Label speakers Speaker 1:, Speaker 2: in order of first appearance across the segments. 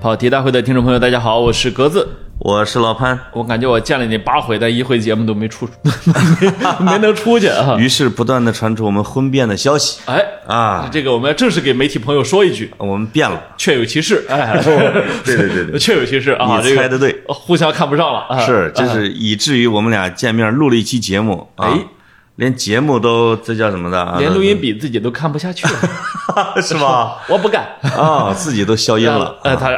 Speaker 1: 跑题大会的听众朋友，大家好，我是格子。
Speaker 2: 我是老潘，
Speaker 1: 我感觉我见了你八回，但一回节目都没出， 没没能出去啊。
Speaker 2: 于是不断的传出我们婚变的消息，
Speaker 1: 哎
Speaker 2: 啊
Speaker 1: 这个我们要正式给媒体朋友说一句，
Speaker 2: 我们变了。
Speaker 1: 确有其事。哎，
Speaker 2: 哦对对对 对
Speaker 1: 确有其事啊。
Speaker 2: 你
Speaker 1: 这个
Speaker 2: 猜得对，
Speaker 1: 互相看不上了啊。
Speaker 2: 是，嗯这是以至于我们俩见面录了一期节目啊
Speaker 1: 哎，
Speaker 2: 连节目都这叫什么的啊？
Speaker 1: 连录音笔自己都看不下去了，
Speaker 2: 嗯是吧？
Speaker 1: 我不 干。
Speaker 2: 啊，自己都消音 了。
Speaker 1: 呃，他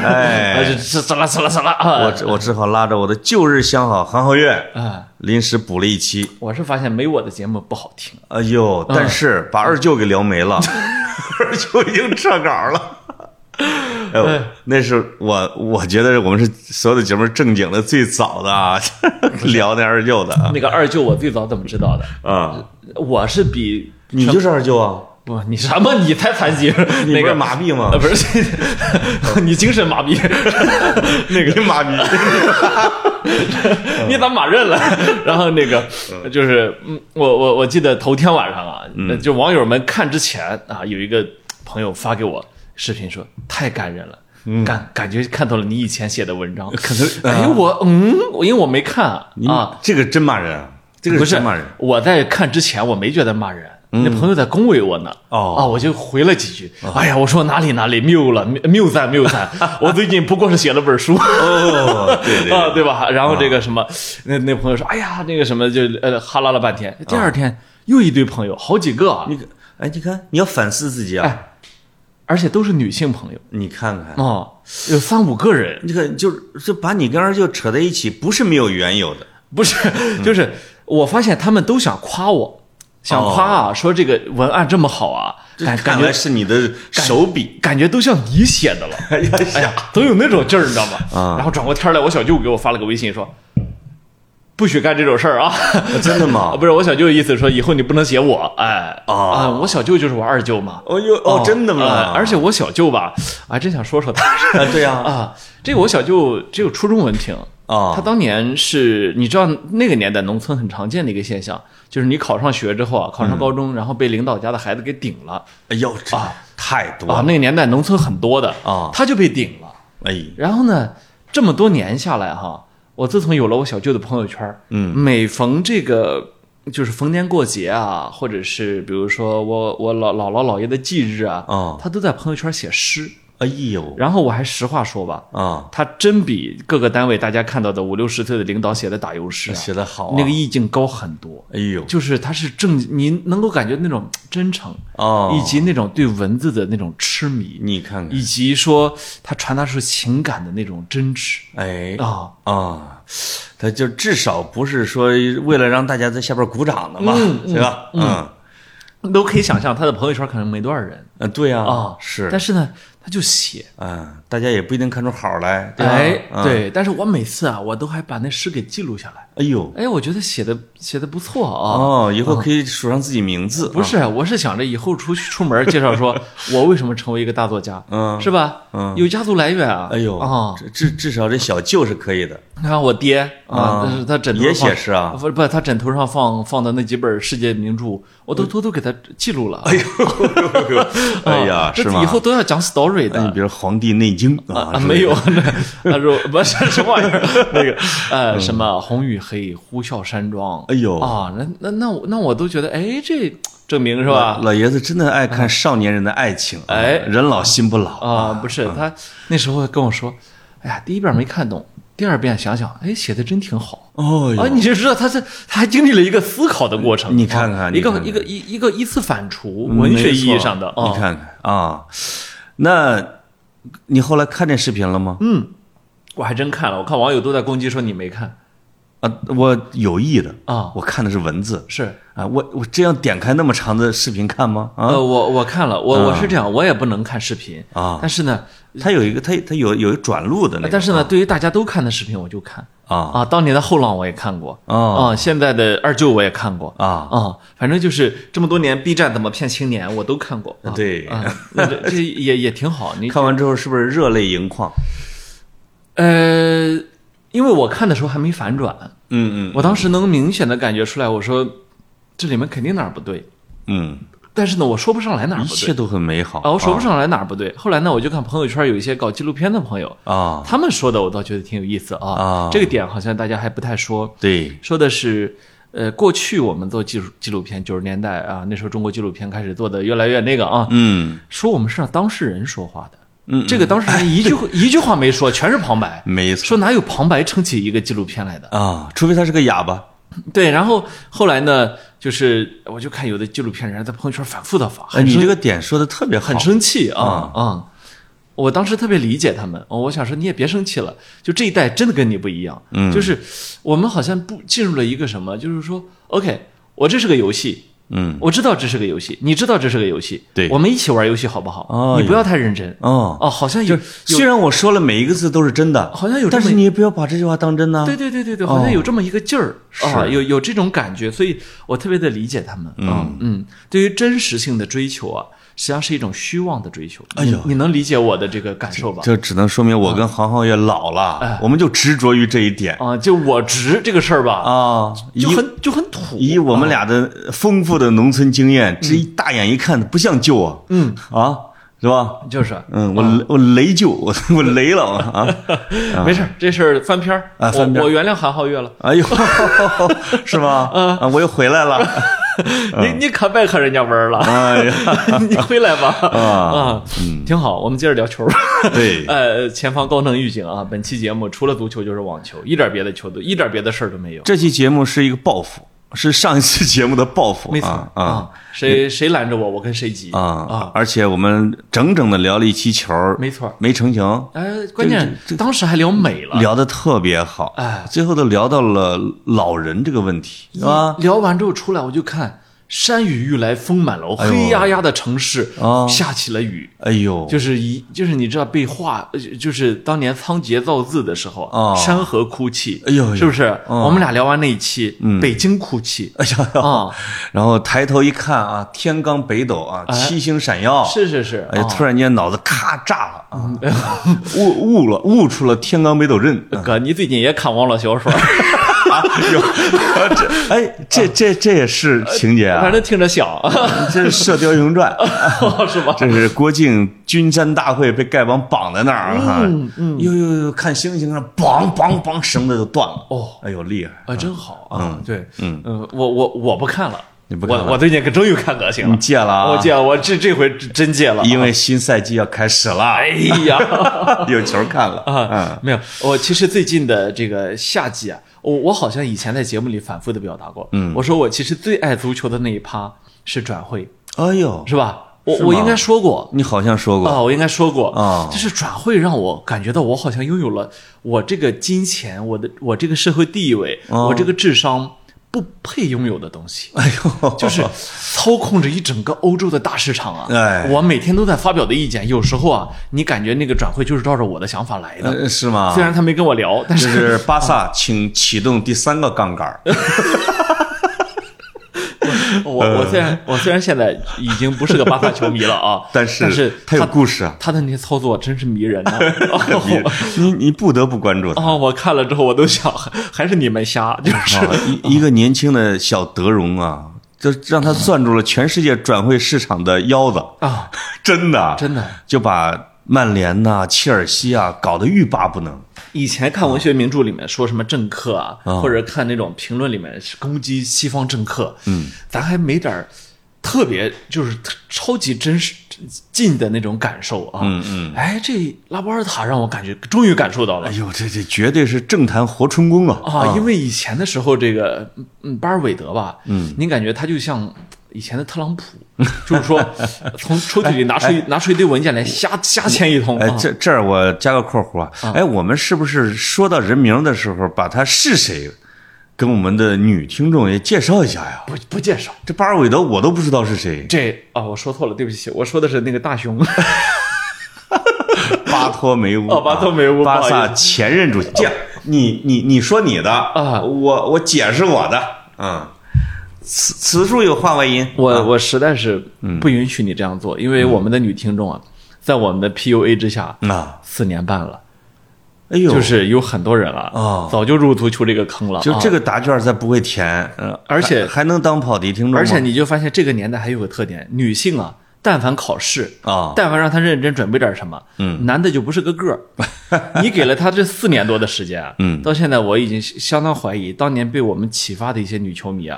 Speaker 1: 哎，
Speaker 2: 哎，
Speaker 1: 这这怎了怎了怎了啊
Speaker 2: 我？只我只好拉着我的旧日相好韩浩月
Speaker 1: 啊，
Speaker 2: 临时补了一期。
Speaker 1: 我是发现没我的节目不好听。
Speaker 2: 哎呦，
Speaker 1: 嗯
Speaker 2: 但是把二舅给聊 没了，二舅已经撤稿了。哎呦，那是我，我觉得我们是所有的节目正经的最早的啊， 聊那二舅的啊
Speaker 1: 那个二舅，我最早怎么知道的？
Speaker 2: 啊，
Speaker 1: 我是比
Speaker 2: 你就是二舅啊，
Speaker 1: 不，你什么？你才残疾？
Speaker 2: 你
Speaker 1: 那
Speaker 2: 不是
Speaker 1: 个
Speaker 2: 麻痹吗
Speaker 1: 啊，？不是， 你精神麻痹，那个
Speaker 2: 你麻痹，
Speaker 1: 你咋马认了？然后那个就是，嗯，我我我记得头天晚上啊，就网友们看之前啊，有一个朋友发给我视频说太感人了。感感觉看到了你以前写的文章， 嗯可能 哎，我嗯，我因为我没看啊
Speaker 2: 你
Speaker 1: 啊，
Speaker 2: 这个真骂人啊，这个
Speaker 1: 不
Speaker 2: 是
Speaker 1: 是嗯
Speaker 2: 真骂人。
Speaker 1: 我在看之前我没觉得骂人，那朋友在恭维我呢。
Speaker 2: 哦
Speaker 1: 啊，我就回了几句。哎呀，我说哪里哪里谬了，谬谬赞谬 赞。我最近不过是写了本书。
Speaker 2: 哦，对对
Speaker 1: 啊，
Speaker 2: 对，
Speaker 1: 对吧？然后这个什么，那那朋友说，哎呀，那个什么就呃哈拉了半天。第
Speaker 2: 啊
Speaker 1: 二天又一堆朋友，好几个啊，
Speaker 2: 你哎，你看，你要反思自己啊，
Speaker 1: 哎，而且都是女性朋友
Speaker 2: 你看看，
Speaker 1: 哦，有三五个人，
Speaker 2: 这个就是就把你跟二舅扯在一起，不是没有缘由的。
Speaker 1: 不是，
Speaker 2: 嗯
Speaker 1: 就是我发现他们都想夸我，想夸啊，说这个文案这么好啊，感感
Speaker 2: 哦看
Speaker 1: 觉
Speaker 2: 来是你的手笔。
Speaker 1: 感觉都像你写的了，哎呀，都有那种劲儿，你知道吗？
Speaker 2: 啊
Speaker 1: 然后转过天来，我小舅给我发了个微信说。不许干这种事儿啊！
Speaker 2: 真的吗
Speaker 1: 啊 不是，我小舅的意思说，以后你不能写我，哎
Speaker 2: 哦
Speaker 1: 啊，我小舅就是我二舅嘛，
Speaker 2: 哦哟哦，真的吗
Speaker 1: 呃？而且我小舅吧，我还真想说说 他
Speaker 2: 啊，对呀，
Speaker 1: 啊，这个我小舅只有初中文凭啊
Speaker 2: 哦
Speaker 1: 他当年是你知道那个年代农村很常见的一个现象，就是你考上学之后啊，考上高
Speaker 2: 嗯
Speaker 1: 中，然后被领导家的孩子给顶了
Speaker 2: 哎呦，这太多
Speaker 1: 啊，
Speaker 2: 了，
Speaker 1: 那个年代农村很多的
Speaker 2: 哦
Speaker 1: 他就被顶了。
Speaker 2: 哎，
Speaker 1: 然后呢，这么多年下来哈，我自从有了我小舅的朋友圈，
Speaker 2: 嗯，
Speaker 1: 每逢这个就是逢年过节啊，或者是比如说我我老姥姥姥爷的忌日啊，
Speaker 2: 哦
Speaker 1: 他都在朋友圈写诗。
Speaker 2: 哎呦，
Speaker 1: 然后我还实话说吧，
Speaker 2: 啊，
Speaker 1: 他真比各个单位大家看到的五六十岁的领导写的打油诗、啊，
Speaker 2: 写的好啊，
Speaker 1: 那个意境高很多。
Speaker 2: 哎呦，
Speaker 1: 就是他是正，你能够感觉那种真诚，
Speaker 2: 哦，
Speaker 1: 以及那种对文字的那种痴迷，
Speaker 2: 你看看，
Speaker 1: 以及说他传达出情感的那种真挚
Speaker 2: 哎
Speaker 1: 啊。
Speaker 2: 啊，他就至少不是说为了让大家在下边鼓掌的嘛，对吧？嗯，
Speaker 1: 你都可以想象，他的朋友圈可能没多少人
Speaker 2: 呃，对呀，
Speaker 1: 啊，
Speaker 2: 是
Speaker 1: 但，是呢，他就写，
Speaker 2: 嗯，大家也不一定看出好来，对吧？
Speaker 1: 哎，
Speaker 2: 嗯，
Speaker 1: 对。但是我每次啊，我都还把那诗给记录下来，
Speaker 2: 哎呦，
Speaker 1: 哎，我觉得写的写的不错啊。
Speaker 2: 哦，以后可以署上自己名字，
Speaker 1: 不
Speaker 2: 啊，
Speaker 1: 是，我是想着以后出去出门介绍 说，我为什么成为一个大作家，
Speaker 2: 嗯
Speaker 1: 是吧？
Speaker 2: 嗯
Speaker 1: 有家族来源啊。
Speaker 2: 哎呦
Speaker 1: 啊，，
Speaker 2: 这至至少这小舅是可以的，
Speaker 1: 你看我爹啊
Speaker 2: 啊，
Speaker 1: 这是他枕头
Speaker 2: 也
Speaker 1: 上
Speaker 2: 写诗啊
Speaker 1: 不不，他枕头上放放的那几本世界名著，我都偷偷给他记录了。哎呦，
Speaker 2: 嗯 哎呀，
Speaker 1: 啊这
Speaker 2: 是吗？
Speaker 1: 以后都要讲 story
Speaker 2: 那你
Speaker 1: 的。
Speaker 2: 比如《黄帝内经》啊
Speaker 1: 啊，没有，那啊，如不是什么玩意儿，那 个呃，什么红与黑，呼啸山庄，
Speaker 2: 嗯哎呦
Speaker 1: 啊，那那那我那我都觉得，哎，这证明是吧？
Speaker 2: 老爷子真的爱看少年人的爱情啊，
Speaker 1: 哎
Speaker 2: 人老心不老。
Speaker 1: 啊，不是他那时候跟我说，哎呀，第一遍没看懂，第二遍想想，哎，写的真挺好。
Speaker 2: 哦
Speaker 1: 啊，
Speaker 2: 哟，
Speaker 1: 你就知道他是他还经历了一个思考的过程，
Speaker 2: 你看看
Speaker 1: 啊
Speaker 2: 你
Speaker 1: 一个
Speaker 2: 看看
Speaker 1: 一个一一个依次反刍，文学意义上的
Speaker 2: 没，错
Speaker 1: 啊
Speaker 2: 你，看看啊，那你后来看这视频了吗？嗯
Speaker 1: 我还真看了，我看网友都在攻击说你没看
Speaker 2: 啊，我有意的
Speaker 1: 啊
Speaker 2: 我看的是文字
Speaker 1: 是。
Speaker 2: 啊，我我这样点开那么长的视频看吗？啊，
Speaker 1: 呃，我我看了，我我是这样，我也不能看视频
Speaker 2: 啊
Speaker 1: 但是呢，
Speaker 2: 它有一个它它有有一个转录的那
Speaker 1: 呃但
Speaker 2: 个
Speaker 1: 是呢，对于大家都看的视频，我就看
Speaker 2: 啊
Speaker 1: 啊。当年的后浪我也看过
Speaker 2: 哦
Speaker 1: 啊，现在的二舅我也看过
Speaker 2: 啊，
Speaker 1: 啊，反正就是这么多年 B 站怎么骗青年，我都看过。啊、
Speaker 2: 对
Speaker 1: 啊，那这这也也挺好。你
Speaker 2: 看完之后是不是热泪盈眶？
Speaker 1: 呃，因为我看的时候还没反转，
Speaker 2: 嗯嗯
Speaker 1: 我当时能明显的感觉出来，我说这里面肯定哪儿不对，
Speaker 2: 嗯，
Speaker 1: 但是呢，我说不上来哪儿
Speaker 2: 一
Speaker 1: 啊不
Speaker 2: 切
Speaker 1: 对
Speaker 2: 都很美好
Speaker 1: 啊，我说不上来哪儿不对。后来呢，我就看朋友圈有一些搞纪录片的朋友，
Speaker 2: 啊，
Speaker 1: 他们说的我倒觉得挺有意思
Speaker 2: 啊
Speaker 1: 啊，这个点好像大家还不太说。
Speaker 2: 对，
Speaker 1: 说的是，呃，过去我们做纪录纪录片，九十年代啊，那时候中国纪录片开始做的越来越那个啊，
Speaker 2: 嗯，
Speaker 1: 说我们是让当事人说话的，
Speaker 2: 嗯嗯
Speaker 1: 这个当事人一句一句话 没说，全是旁白，
Speaker 2: 没错
Speaker 1: 说哪有旁白撑起一个纪录片来的？
Speaker 2: 啊，除非他是个哑巴，哎
Speaker 1: 对，然后后来呢，就是我就看有的纪录片人在朋友圈反复的发，
Speaker 2: 哎，
Speaker 1: 很
Speaker 2: 你
Speaker 1: 生
Speaker 2: 这个嗯点说的特别好
Speaker 1: 很，生气啊啊、我当时特别理解他们，哦我想说你也别生气了，就这一代真的跟你不一样，嗯，就是我们好像不进入了一个什么，就是说，OK，我这是个游戏，
Speaker 2: 嗯，
Speaker 1: 我知道这是个游戏，你知道这是个游戏，
Speaker 2: 对
Speaker 1: 我们一起玩游戏好不好？
Speaker 2: 哦
Speaker 1: 你不要太认真，
Speaker 2: 哦，
Speaker 1: 哦，好像有有
Speaker 2: 虽然我说了每一个字都是真的，
Speaker 1: 好像有这
Speaker 2: 但
Speaker 1: 么
Speaker 2: 是你也不要把这句啊哦话当真呐。
Speaker 1: 对对对对对，好像有这么一个劲儿啊，有有这种感觉，所以我特别的理解他们。嗯嗯，对于真实性的追求啊，实际上是一种虚妄的追求。
Speaker 2: 哎呦
Speaker 1: 你你能理解我的这个感受吧？
Speaker 2: 这只能说明我跟航航也老
Speaker 1: 哎
Speaker 2: 了，我们就执着于这一点
Speaker 1: 啊，就我值这个事儿吧，
Speaker 2: 啊。
Speaker 1: 哦就
Speaker 2: 以
Speaker 1: 很哦就很土。
Speaker 2: 以我们俩的丰富的农村经
Speaker 1: 嗯
Speaker 2: 验，这一大眼一看不像舅啊，嗯啊，是吧？
Speaker 1: 就是
Speaker 2: 嗯，
Speaker 1: 啊
Speaker 2: 我雷我雷舅，我 我雷了我啊！
Speaker 1: 没事儿，这事儿翻篇儿
Speaker 2: 啊翻篇儿
Speaker 1: 我我原谅韩皓月了。
Speaker 2: 哎呦， 是吗？
Speaker 1: 呃
Speaker 2: 啊，我又回来 了。嗯
Speaker 1: 你你可别看人家文儿了，
Speaker 2: 哎呀，
Speaker 1: 你回来吧
Speaker 2: 啊
Speaker 1: 啊，挺好。我们接着聊球儿。
Speaker 2: 对，
Speaker 1: 呃，前方高能预警啊！本期节目除了足球就是网球，一点别的球都一点别的事儿都没有。
Speaker 2: 这期节目是一个报复，是上一期节目的报复。
Speaker 1: 没错
Speaker 2: 啊啊，
Speaker 1: 谁谁拦着我，我跟谁急
Speaker 2: 啊
Speaker 1: 啊！
Speaker 2: 而且我们整整的聊了一期球，
Speaker 1: 没错
Speaker 2: 没成型，
Speaker 1: 哎，关键当时还聊美了，
Speaker 2: 聊的特别好，
Speaker 1: 哎，
Speaker 2: 最后都聊到了老人这个问题，是吧？
Speaker 1: 嗯聊完之后出来，我就看山雨欲来风满楼，
Speaker 2: 哎呦
Speaker 1: 黑压压的城市
Speaker 2: 啊
Speaker 1: 下起了雨。
Speaker 2: 哎呦，
Speaker 1: 就是一，就是你知道被画，呃就是当年仓颉造字的时候，
Speaker 2: 哦
Speaker 1: 山河哭泣，
Speaker 2: 哎呦呦嗯
Speaker 1: 是不是？我们俩聊完那一期，北京哭泣，哎呀，啊，
Speaker 2: 然后抬头一看啊，天罡北斗啊，七星闪耀，
Speaker 1: 哎是是是，
Speaker 2: 哎呀，
Speaker 1: 啊嗯
Speaker 2: 突然间脑子咔炸了啊， 悟悟了，悟出了天罡北斗阵。
Speaker 1: 哥，你最近也看网络小 说，
Speaker 2: 啊，有，啊这哎，这这这也是情节啊
Speaker 1: 反，正听着 像，
Speaker 2: 这是《射雕英 雄传》啊
Speaker 1: 是吧？
Speaker 2: 这是郭靖军山大会被丐帮绑在那儿啊哈，
Speaker 1: 嗯
Speaker 2: 呦呦呦，看星星上，梆梆梆，绳子就断了。
Speaker 1: 哦，
Speaker 2: 哎呦，厉害！
Speaker 1: 啊，真好啊！对，嗯我我我不看了，
Speaker 2: 你不看了
Speaker 1: 我我最近可终于看恶心
Speaker 2: 你
Speaker 1: 了，
Speaker 2: 戒了啊？
Speaker 1: 我哦戒，了，我这这回真戒了，
Speaker 2: 因为嗯新赛季要开始 了，
Speaker 1: 哎 呀
Speaker 2: 有球看了。
Speaker 1: 啊
Speaker 2: 嗯，，
Speaker 1: 没有，我其实最近的这个夏季啊，我我好像以前在节目里反复的表达过，嗯，我说我其实最爱足球的那一趴是转会，
Speaker 2: 哎呦，
Speaker 1: 是吧？我
Speaker 2: 是吗
Speaker 1: 我应该说过。
Speaker 2: 你好像说
Speaker 1: 啊、
Speaker 2: 过，
Speaker 1: 我应该说过
Speaker 2: 啊
Speaker 1: 就是转会让我感觉到我好像拥有了我这个金钱，我的我这个社会地位，我这个智商不配拥有的东西。
Speaker 2: 嗯哎呦，
Speaker 1: 就是操控着一整个欧洲的大市场啊！
Speaker 2: 哎
Speaker 1: 我每天都在发表的意见，有时候啊，你感觉那个转会就是照着我的想法来的。
Speaker 2: 呃是吗？
Speaker 1: 虽然他没跟我聊，但
Speaker 2: 就是是巴萨请启动第三个杠杆儿，
Speaker 1: 我我
Speaker 2: 呃
Speaker 1: 虽然我虽然现在已经不是个巴萨球迷了啊，
Speaker 2: 但
Speaker 1: 是
Speaker 2: 是
Speaker 1: 但
Speaker 2: 他有故事啊
Speaker 1: 他的那些操作真是迷人 呐、啊！
Speaker 2: 你你你不得不关注他。
Speaker 1: 啊、我看了之后我都想， 还是你们瞎，就是
Speaker 2: 啊一一个年轻的小德容啊，就让他攥住了全世界转会市场的腰子，
Speaker 1: 啊，
Speaker 2: 真的
Speaker 1: 真的。
Speaker 2: 就把曼联呐、切尔西啊搞得欲罢不能。
Speaker 1: 以前看文学名著里面说什么政客啊，或者看那种评论里面是攻击西方政客，嗯，咱还没点儿特别就是特超级真实近的那种感受啊，嗯嗯，哎，这拉波尔塔让我感觉终于感受到了
Speaker 2: 哎。呦，这这绝对是政坛活春宫啊！
Speaker 1: 啊，因为以前的时候，这个嗯巴尔韦德吧，嗯，你感觉他就像以前的特 朗普，就是说从抽屉里拿出一拿出一堆文件来瞎瞎签一通
Speaker 2: 哎，
Speaker 1: 啊，
Speaker 2: 这这儿我加个括弧啊，哎，我们是不是说到人名的时候，把他是谁，跟我们的女听众也介绍一下呀？
Speaker 1: 不不介绍
Speaker 2: 这巴尔韦德我都不知道是谁，
Speaker 1: 这啊，我说错了，对不起，我说的是那个大熊。
Speaker 2: 巴托梅乌，
Speaker 1: 哦巴托梅乌
Speaker 2: 啊巴
Speaker 1: 不好意哦
Speaker 2: 萨前任主席。这样，你你你说你的
Speaker 1: 啊
Speaker 2: 我我解释我的，嗯，此此处有话外音，
Speaker 1: 我我实在是不允许你这样做，因为我们的女听众啊，在我们的 PUA 之下，
Speaker 2: 啊，
Speaker 1: 四年半了，
Speaker 2: 哎呦，
Speaker 1: 就是有很多人了
Speaker 2: 哦
Speaker 1: 早就入土求这个坑了，啊
Speaker 2: 就这
Speaker 1: 个，
Speaker 2: 个答卷再不会填，嗯，
Speaker 1: 呃而且
Speaker 2: 还还能当跑题听众吗，
Speaker 1: 而且你就发现这个年代还有个特点，女性啊，但凡考试
Speaker 2: 啊
Speaker 1: 但凡让他认真准备点什么，嗯，男的就不是个 个儿。你给了他这四年多的时间，嗯，到现在我已经相当怀疑，当年被我们启发的一些女球迷啊，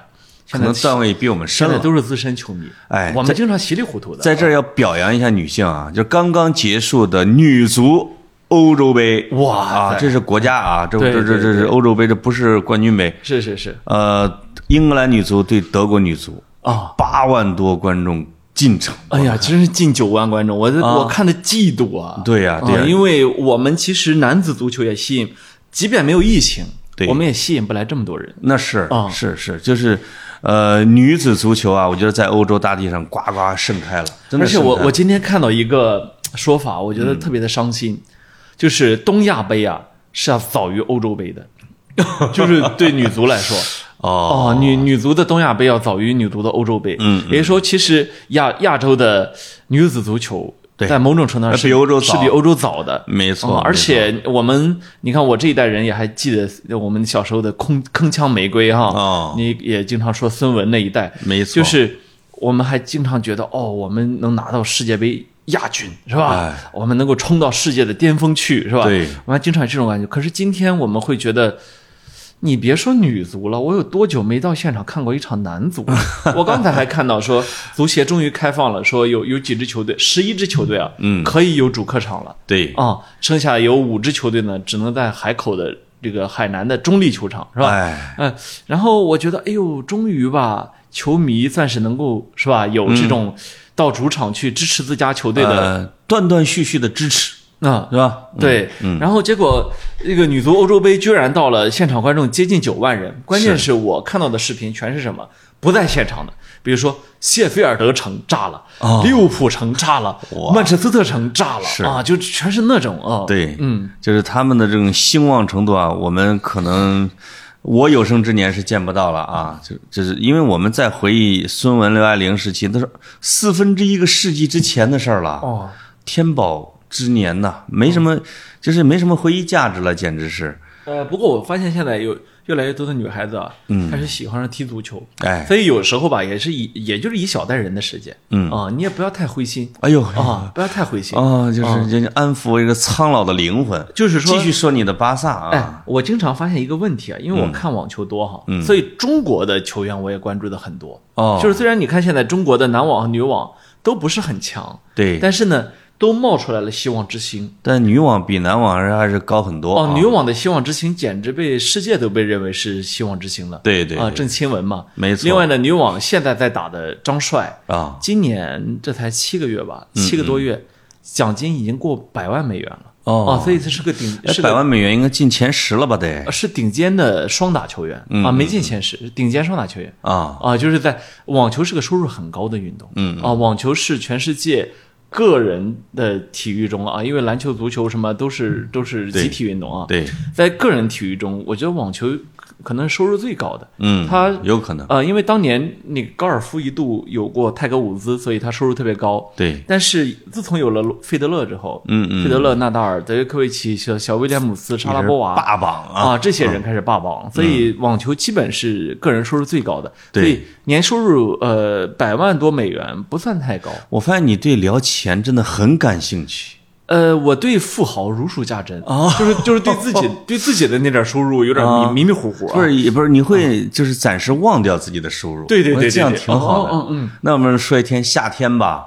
Speaker 2: 可
Speaker 1: 现在
Speaker 2: 能段位比我们深
Speaker 1: 现在
Speaker 2: 了。
Speaker 1: 都是资深球迷，
Speaker 2: 哎
Speaker 1: 我们经常稀里糊涂的。
Speaker 2: 在这儿要表扬一下女性啊，就刚刚结束的女足欧洲杯，
Speaker 1: 哇
Speaker 2: 啊，
Speaker 1: 塞
Speaker 2: 这是国家啊，这
Speaker 1: 对
Speaker 2: 这这
Speaker 1: 对
Speaker 2: 这是
Speaker 1: 对
Speaker 2: 欧洲杯，这不是冠军杯。
Speaker 1: 是是是
Speaker 2: 呃，英格兰女足对德国女足，
Speaker 1: 啊，
Speaker 2: 八万多观众进场，
Speaker 1: 哎呀，真是近九万观众，我这我看的嫉妒啊。
Speaker 2: 对呀对呀
Speaker 1: 啊因为我们其实男子足球也吸引，即便没有疫情
Speaker 2: 对，
Speaker 1: 我们也吸引不来这么多人。
Speaker 2: 那是
Speaker 1: 啊
Speaker 2: 是是，就是呃，女子足球啊，我觉得在欧洲大地上呱呱盛开了，真的
Speaker 1: 而且我
Speaker 2: 盛开
Speaker 1: 我今天看到一个说法，我觉得特别的伤心，就是东亚杯啊是要早于欧洲杯 的，就是对女足来说。
Speaker 2: 哦
Speaker 1: 哦，女女足的东亚杯要早于女足的欧洲杯，嗯，也就是说，其实亚亚洲的女子足球
Speaker 2: 对
Speaker 1: 在某种程度上是
Speaker 2: 比欧洲
Speaker 1: 是
Speaker 2: 早
Speaker 1: 比欧洲早的，
Speaker 2: 没错
Speaker 1: 嗯
Speaker 2: 没
Speaker 1: 而且我们，你看我这一代人也还记得我们小时候的铿铿锵玫瑰哈，
Speaker 2: 哦
Speaker 1: 你也经常说孙雯那一代，
Speaker 2: 没错
Speaker 1: 就是我们还经常觉得哦，我们能拿到世界杯亚军是吧
Speaker 2: 哎？
Speaker 1: 我们能够冲到世界的巅峰去是吧？
Speaker 2: 对
Speaker 1: 我们还经常有这种感觉。可是今天我们会觉得。你别说女足了，我有多久没到现场看过一场男足？ 我刚才还看到说，足协终于开放了，说有有几支球队，十一支球队啊，嗯，可以有主客场了。
Speaker 2: 对
Speaker 1: 啊、剩下有五支球队呢，只能在海口的这个海南的中立球场，是吧？
Speaker 2: 哎，
Speaker 1: 嗯、然后我觉得，哎呦，终于吧，球迷算是能够是吧，有这种
Speaker 2: 嗯
Speaker 1: 到主场去支持自家球队的
Speaker 2: 呃，断断续续的支持
Speaker 1: 啊、
Speaker 2: 是吧？
Speaker 1: 对，
Speaker 2: 嗯
Speaker 1: 然后结果这个女足欧洲杯居然到了现场观众接近九万人，关键是我看到的视频全是什么不在现场的，比如说谢菲尔德城炸了，
Speaker 2: 哦
Speaker 1: 利物浦城炸了，曼彻斯特城炸了啊，就全是那种啊，
Speaker 2: 对，嗯，就是他们的这种兴旺程度啊，我们可能我有生之年是见不到了啊，就就是因为我们在回忆孙文、刘爱玲时期，那是四分之一个世纪之前的事儿了，
Speaker 1: 哦，
Speaker 2: 天宝之年呐、没什么，
Speaker 1: 嗯
Speaker 2: 就是没什么回忆价值了，简直是，
Speaker 1: 呃，不过我发现现在有越来越多的女孩子啊，
Speaker 2: 嗯
Speaker 1: 开始喜欢上踢足球，
Speaker 2: 哎
Speaker 1: 所以有时候吧，也是以也就是一小代人的时间，
Speaker 2: 嗯
Speaker 1: 啊，你也不要太灰心
Speaker 2: 哎呦
Speaker 1: 啊，不要太灰心。
Speaker 2: 哦，就是就是安抚一个苍老的灵魂，
Speaker 1: 就是说
Speaker 2: 继续说你的巴萨啊，嗯
Speaker 1: 哎，我经常发现一个问题啊，因为我看网球多哈，所以中国的球员我也关注的很多。
Speaker 2: 哦
Speaker 1: 就是虽然你看现在中国的男网和女网都不是很强，
Speaker 2: 对，但
Speaker 1: 但是呢，都冒出来了希望之星。
Speaker 2: 女网比男网还是还是高很多、啊，
Speaker 1: 哦，女网的希望之星简直被世界都被认为是希望之星了。
Speaker 2: 对对
Speaker 1: 啊，
Speaker 2: 对
Speaker 1: 郑钦文嘛，
Speaker 2: 没错
Speaker 1: 另外呢，女网现在在打的张帅，
Speaker 2: 啊，
Speaker 1: 今年这才七个月吧，
Speaker 2: 嗯
Speaker 1: 七个多月，奖金已经过百万美元了。
Speaker 2: 哦
Speaker 1: 啊所以他是个顶
Speaker 2: 哎
Speaker 1: 是个啊
Speaker 2: 百万美元应该进前十了吧得
Speaker 1: 是顶尖的双打球员
Speaker 2: 嗯
Speaker 1: 啊，没进前十，是顶尖双打球员
Speaker 2: 啊，
Speaker 1: 啊，就是在网球是个收入很高的运动，嗯啊，网球是全世界个人的体育中啊，因为篮球、足球什么都是都是集体运动啊，
Speaker 2: 嗯对，
Speaker 1: 在个人体育中，我觉得网球可能收入最高的，
Speaker 2: 嗯，
Speaker 1: 他
Speaker 2: 有可能，
Speaker 1: 呃，因为当年那个高尔夫一度有过泰格伍兹，所以他收入特别高。
Speaker 2: 对，
Speaker 1: 但是自从有了费德勒之后，
Speaker 2: 嗯嗯
Speaker 1: 费德勒、纳达尔、德约科维奇、小小威廉姆斯、莎拉波娃、
Speaker 2: 霸榜啊，
Speaker 1: 啊，这些人开始霸王，所以网球基本是个人收入最高的，
Speaker 2: 对
Speaker 1: 所以年收入呃百万多美元不算太高。
Speaker 2: 我发现你对聊钱真的很感兴趣，
Speaker 1: 呃，我对富豪如数家珍啊，就是就是对自己 对自己的那点收入有点
Speaker 2: 啊
Speaker 1: 迷迷迷糊糊啊，
Speaker 2: 不是也不是，你会就是暂时忘掉自己的收入，
Speaker 1: 嗯对对对
Speaker 2: 我觉
Speaker 1: 对
Speaker 2: 得这样
Speaker 1: 对
Speaker 2: 挺好的。
Speaker 1: 哦哦嗯，
Speaker 2: 那我们说一天夏天吧，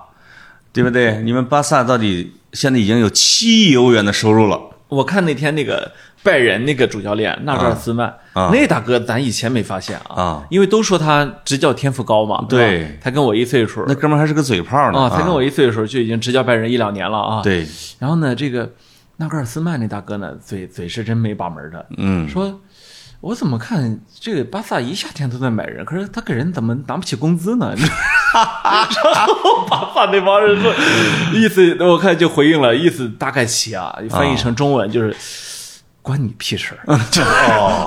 Speaker 2: 对不对？你们巴萨到底现在已经有七亿欧元的收入了，
Speaker 1: 我看那天那个拜仁那个主教练纳扎尔斯曼，
Speaker 2: 啊
Speaker 1: 那大哥咱以前没发现啊，
Speaker 2: 啊
Speaker 1: 因为都说他执教天赋高嘛，
Speaker 2: 对
Speaker 1: 是吧他跟我一岁数
Speaker 2: 那哥们儿还是个嘴炮呢
Speaker 1: 啊，他跟我一岁数就已经执教拜仁一两年了啊，，
Speaker 2: 对，
Speaker 1: 然后呢，这个纳格尔斯曼那大哥呢，嘴嘴是真没把门儿的，
Speaker 2: 嗯，
Speaker 1: 说。我怎么看这个巴萨一夏天都在买人，可是他给人怎么拿不起工资 呢？然后巴萨那帮人说，意思我看就回应了，意思大概其啊，翻译成中文就是关你屁事 儿。 哦，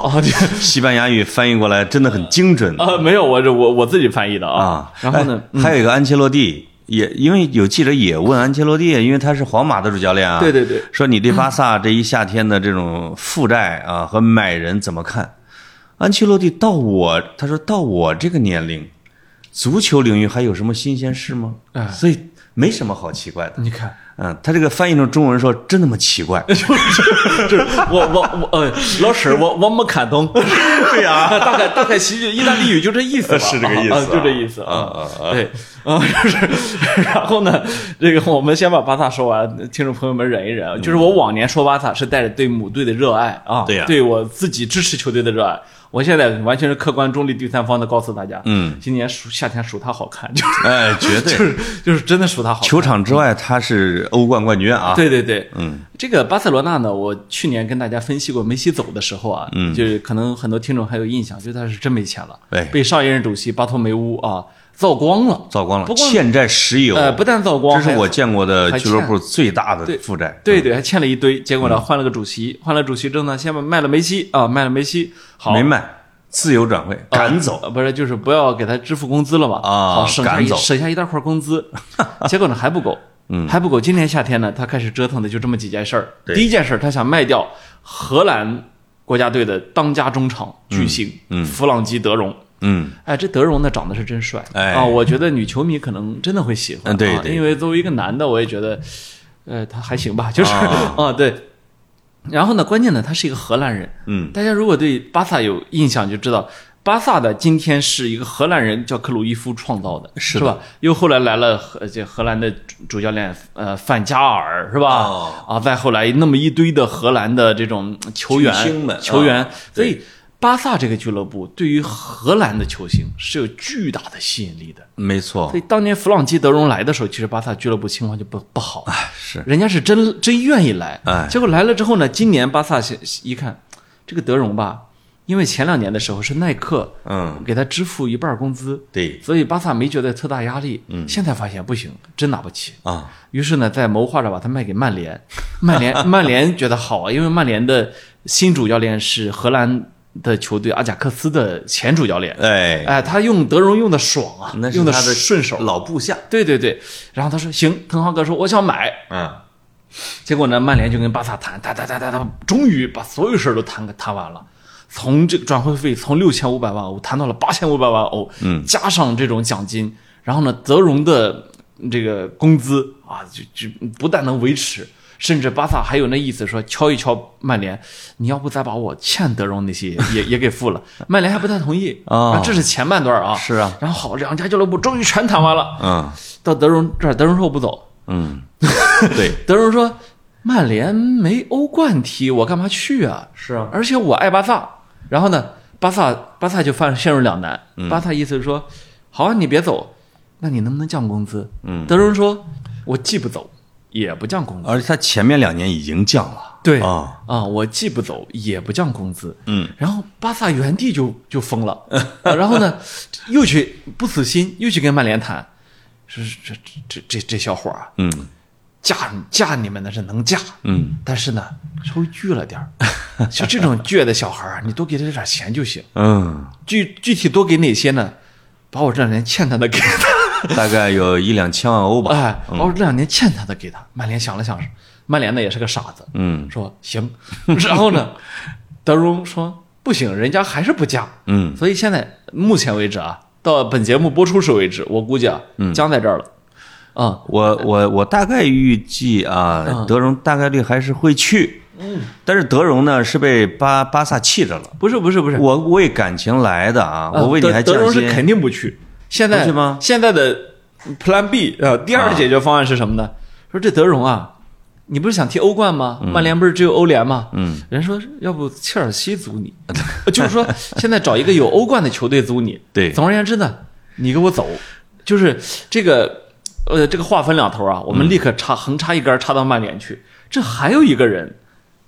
Speaker 1: 呃啊这
Speaker 2: 西班牙语翻译过来真的很精准
Speaker 1: 啊没有，我这我我自己翻译的啊
Speaker 2: 啊。
Speaker 1: 然后呢
Speaker 2: 哎，还有一个安切洛蒂也因为有记者也问安切洛蒂，因为他是皇马的主教练啊，
Speaker 1: 对对对，
Speaker 2: 说你对巴萨这一夏天的这种负债啊和买人怎么看？安切洛蒂到我，他说到我这个年龄，足球领域还有什么新鲜事吗？
Speaker 1: 哎
Speaker 2: 所以没什么好奇怪的。
Speaker 1: 你看，
Speaker 2: 嗯，他这个翻译成中文说真那么奇 怪？
Speaker 1: 就是我我我呃，老师，我我没看懂。
Speaker 2: 对呀、
Speaker 1: 啊，大概大概其意大利语就这意思吧，
Speaker 2: 是这个意思
Speaker 1: 啊
Speaker 2: 啊
Speaker 1: 就这意思
Speaker 2: 啊啊啊
Speaker 1: 对，啊， 就是，然后呢，这个我们先把巴萨说完，听众朋友们忍一忍啊，就是我往年说巴萨是带着对母队的热爱啊，
Speaker 2: 嗯对呀
Speaker 1: 对我自己支持球队的热爱。啊我现在完全是客观、中立、第三方的告诉大家，
Speaker 2: 嗯，
Speaker 1: 今年暑夏天暑他好看， 就是
Speaker 2: 哎，绝对。
Speaker 1: 就是就是真的暑他好看。
Speaker 2: 球场之外，他是欧冠冠军啊。，
Speaker 1: 对对对，
Speaker 2: 嗯，
Speaker 1: 这个巴塞罗那呢，我去年跟大家分析过梅西走的时候啊，嗯，就是可能很多听众还有印象，就他是真没钱了，
Speaker 2: 哎
Speaker 1: 被上一任主席巴托梅乌啊造光了，
Speaker 2: 造光了
Speaker 1: 不，光
Speaker 2: 欠债石油，
Speaker 1: 呃，不但造光，
Speaker 2: 这是
Speaker 1: 还
Speaker 2: 我嗯见过的
Speaker 1: 还
Speaker 2: 俱乐部最大的负债。
Speaker 1: 对对还欠了一堆，结
Speaker 2: 嗯
Speaker 1: 果呢换了个主席，换了主席之后呢，先把卖了梅西啊，卖了梅西，好
Speaker 2: 没卖，自由转会，赶走。
Speaker 1: 呃不是，就是不要给他支付工资了嘛，
Speaker 2: 啊
Speaker 1: 好省下
Speaker 2: 赶
Speaker 1: 一
Speaker 2: 走
Speaker 1: 省下一大块工资， 结果呢还不够，嗯，还不够。今年夏天呢，他开始折腾的就这么几件事儿。
Speaker 2: 对
Speaker 1: 第一件事儿，他想卖掉荷兰国家队的当家中场巨星，嗯，弗朗基德容。
Speaker 2: 嗯，
Speaker 1: 哎，这德容呢长得是真帅，
Speaker 2: 哎
Speaker 1: 啊，我觉得女球迷可能真的会喜欢，
Speaker 2: 嗯对
Speaker 1: 啊
Speaker 2: 对
Speaker 1: 因为作为一个男的，我也觉得，呃，他还行吧，就是
Speaker 2: 啊
Speaker 1: 啊，对。然后呢，关键呢，他是一个荷兰人，
Speaker 2: 嗯，
Speaker 1: 大家如果对巴萨有印象，就知道巴萨的今天是一个荷兰人叫克鲁伊夫创造的，
Speaker 2: 是
Speaker 1: 是
Speaker 2: 的
Speaker 1: 吧？又后来来了荷这荷兰的主主教练呃范加尔是吧？
Speaker 2: 哦
Speaker 1: 啊，再后来那么一堆的荷兰的这种球员
Speaker 2: 巨星们啊
Speaker 1: 球员，所
Speaker 2: 对
Speaker 1: 以巴萨这个俱乐部对于荷兰的球星是有巨大的吸引力的。
Speaker 2: 没错
Speaker 1: 所，以当年弗朗基德容来的时候，其实巴萨俱乐部情况就不不好，
Speaker 2: 是
Speaker 1: 人家是真真愿意来，
Speaker 2: 哎
Speaker 1: 结果来了之后呢，今年巴萨是一看这个德容吧，因为前两年的时候是耐克，
Speaker 2: 嗯，
Speaker 1: 给他支付一半工资，
Speaker 2: 对
Speaker 1: 所以巴萨没觉得特大压力，嗯，现在发现不行，真拿不起。
Speaker 2: 啊，
Speaker 1: 于是呢，在谋划着把他卖给曼联，曼联曼联觉得好啊，因为曼联的新主教练是荷兰的球队阿贾克斯的前主教练，
Speaker 2: 哎，
Speaker 1: 哎，他用德容用的爽啊，
Speaker 2: 那是
Speaker 1: 用得
Speaker 2: 他的
Speaker 1: 顺手，
Speaker 2: 老部下，
Speaker 1: 对对对。然后他说行，滕哈格说我想买，
Speaker 2: 嗯，
Speaker 1: 结果呢，曼联就跟巴萨谈，谈谈谈谈谈，终于把所有事儿都谈个谈完了。从这个转会费从六千五百万欧谈到了八千五百万欧，嗯，加上这种奖金，然后呢，德容的这个工资啊，就就不但能维持，甚至巴萨还有那意思说敲一敲曼联，你要不再把我欠德容那些也也也给付 了，曼联还不太同意
Speaker 2: 哦
Speaker 1: 这是前半段啊，
Speaker 2: 是啊，
Speaker 1: 然后好，两家俱乐部终于全谈完了，
Speaker 2: 嗯，
Speaker 1: 到德容这儿，德容说我不走，
Speaker 2: 嗯，对，
Speaker 1: 德容说：“曼联没欧冠踢，我干嘛去啊？
Speaker 2: 是啊，
Speaker 1: 而且我爱巴萨。”然后呢，巴萨巴萨就犯陷入两难。
Speaker 2: 嗯
Speaker 1: 巴萨意思是说：“好啊，你别走，那你能不能降工资？”嗯，德容说：“我既不走，也不降工资。
Speaker 2: 而且他前面两年已经降了，
Speaker 1: 对
Speaker 2: 啊，
Speaker 1: 啊，我既不走，也不降工资。
Speaker 2: 嗯，
Speaker 1: 然后巴萨原地就就疯了， 啊然后呢，又去不死心，又去跟曼联谈，说这这这这这小伙儿啊，
Speaker 2: 嗯
Speaker 1: 嫁嫁你们那是能嫁，
Speaker 2: 嗯，
Speaker 1: 但是呢，稍微倔了点儿。 像这种倔的小孩儿，你多给他点儿钱就行。
Speaker 2: 嗯，
Speaker 1: 具具体多给哪些呢？把我这两年欠他的给 他，
Speaker 2: 大概有一两千万欧吧，
Speaker 1: 哎，把我这两年欠他的给他。曼联想了想，曼联呢也是个傻子，
Speaker 2: 嗯
Speaker 1: 说行。 然后呢，德容说不行，人家还是不嫁。
Speaker 2: 嗯，
Speaker 1: 所以现在目前为止啊，到本节目播出时为止，我估计啊，
Speaker 2: 嗯
Speaker 1: 僵在这儿了。啊、
Speaker 2: 我我我大概预计啊，德容大概率还是会去，嗯，但是德容呢是被巴巴萨气着了。
Speaker 1: 不是不是不是，
Speaker 2: 我为感情来的啊，我为你还
Speaker 1: 德呃德
Speaker 2: 降
Speaker 1: 容是
Speaker 2: 薪，
Speaker 1: 肯定不去。现
Speaker 2: 不
Speaker 1: 在
Speaker 2: 去吗
Speaker 1: 现在的 Plan B 呃，第二
Speaker 2: 啊
Speaker 1: 解决方案是什么呢？说这德容啊，你不是想踢欧冠吗？
Speaker 2: 嗯
Speaker 1: 曼联不是只有欧联吗？嗯，人说要不切尔西租你， 呃就是说现在找一个有欧冠的球队租你。
Speaker 2: 对
Speaker 1: 总而言之呢，你给我走，就是这个呃，这个话分两头啊，我
Speaker 2: 嗯
Speaker 1: 们立刻插、横插一杆儿插到曼联去。这还有一个人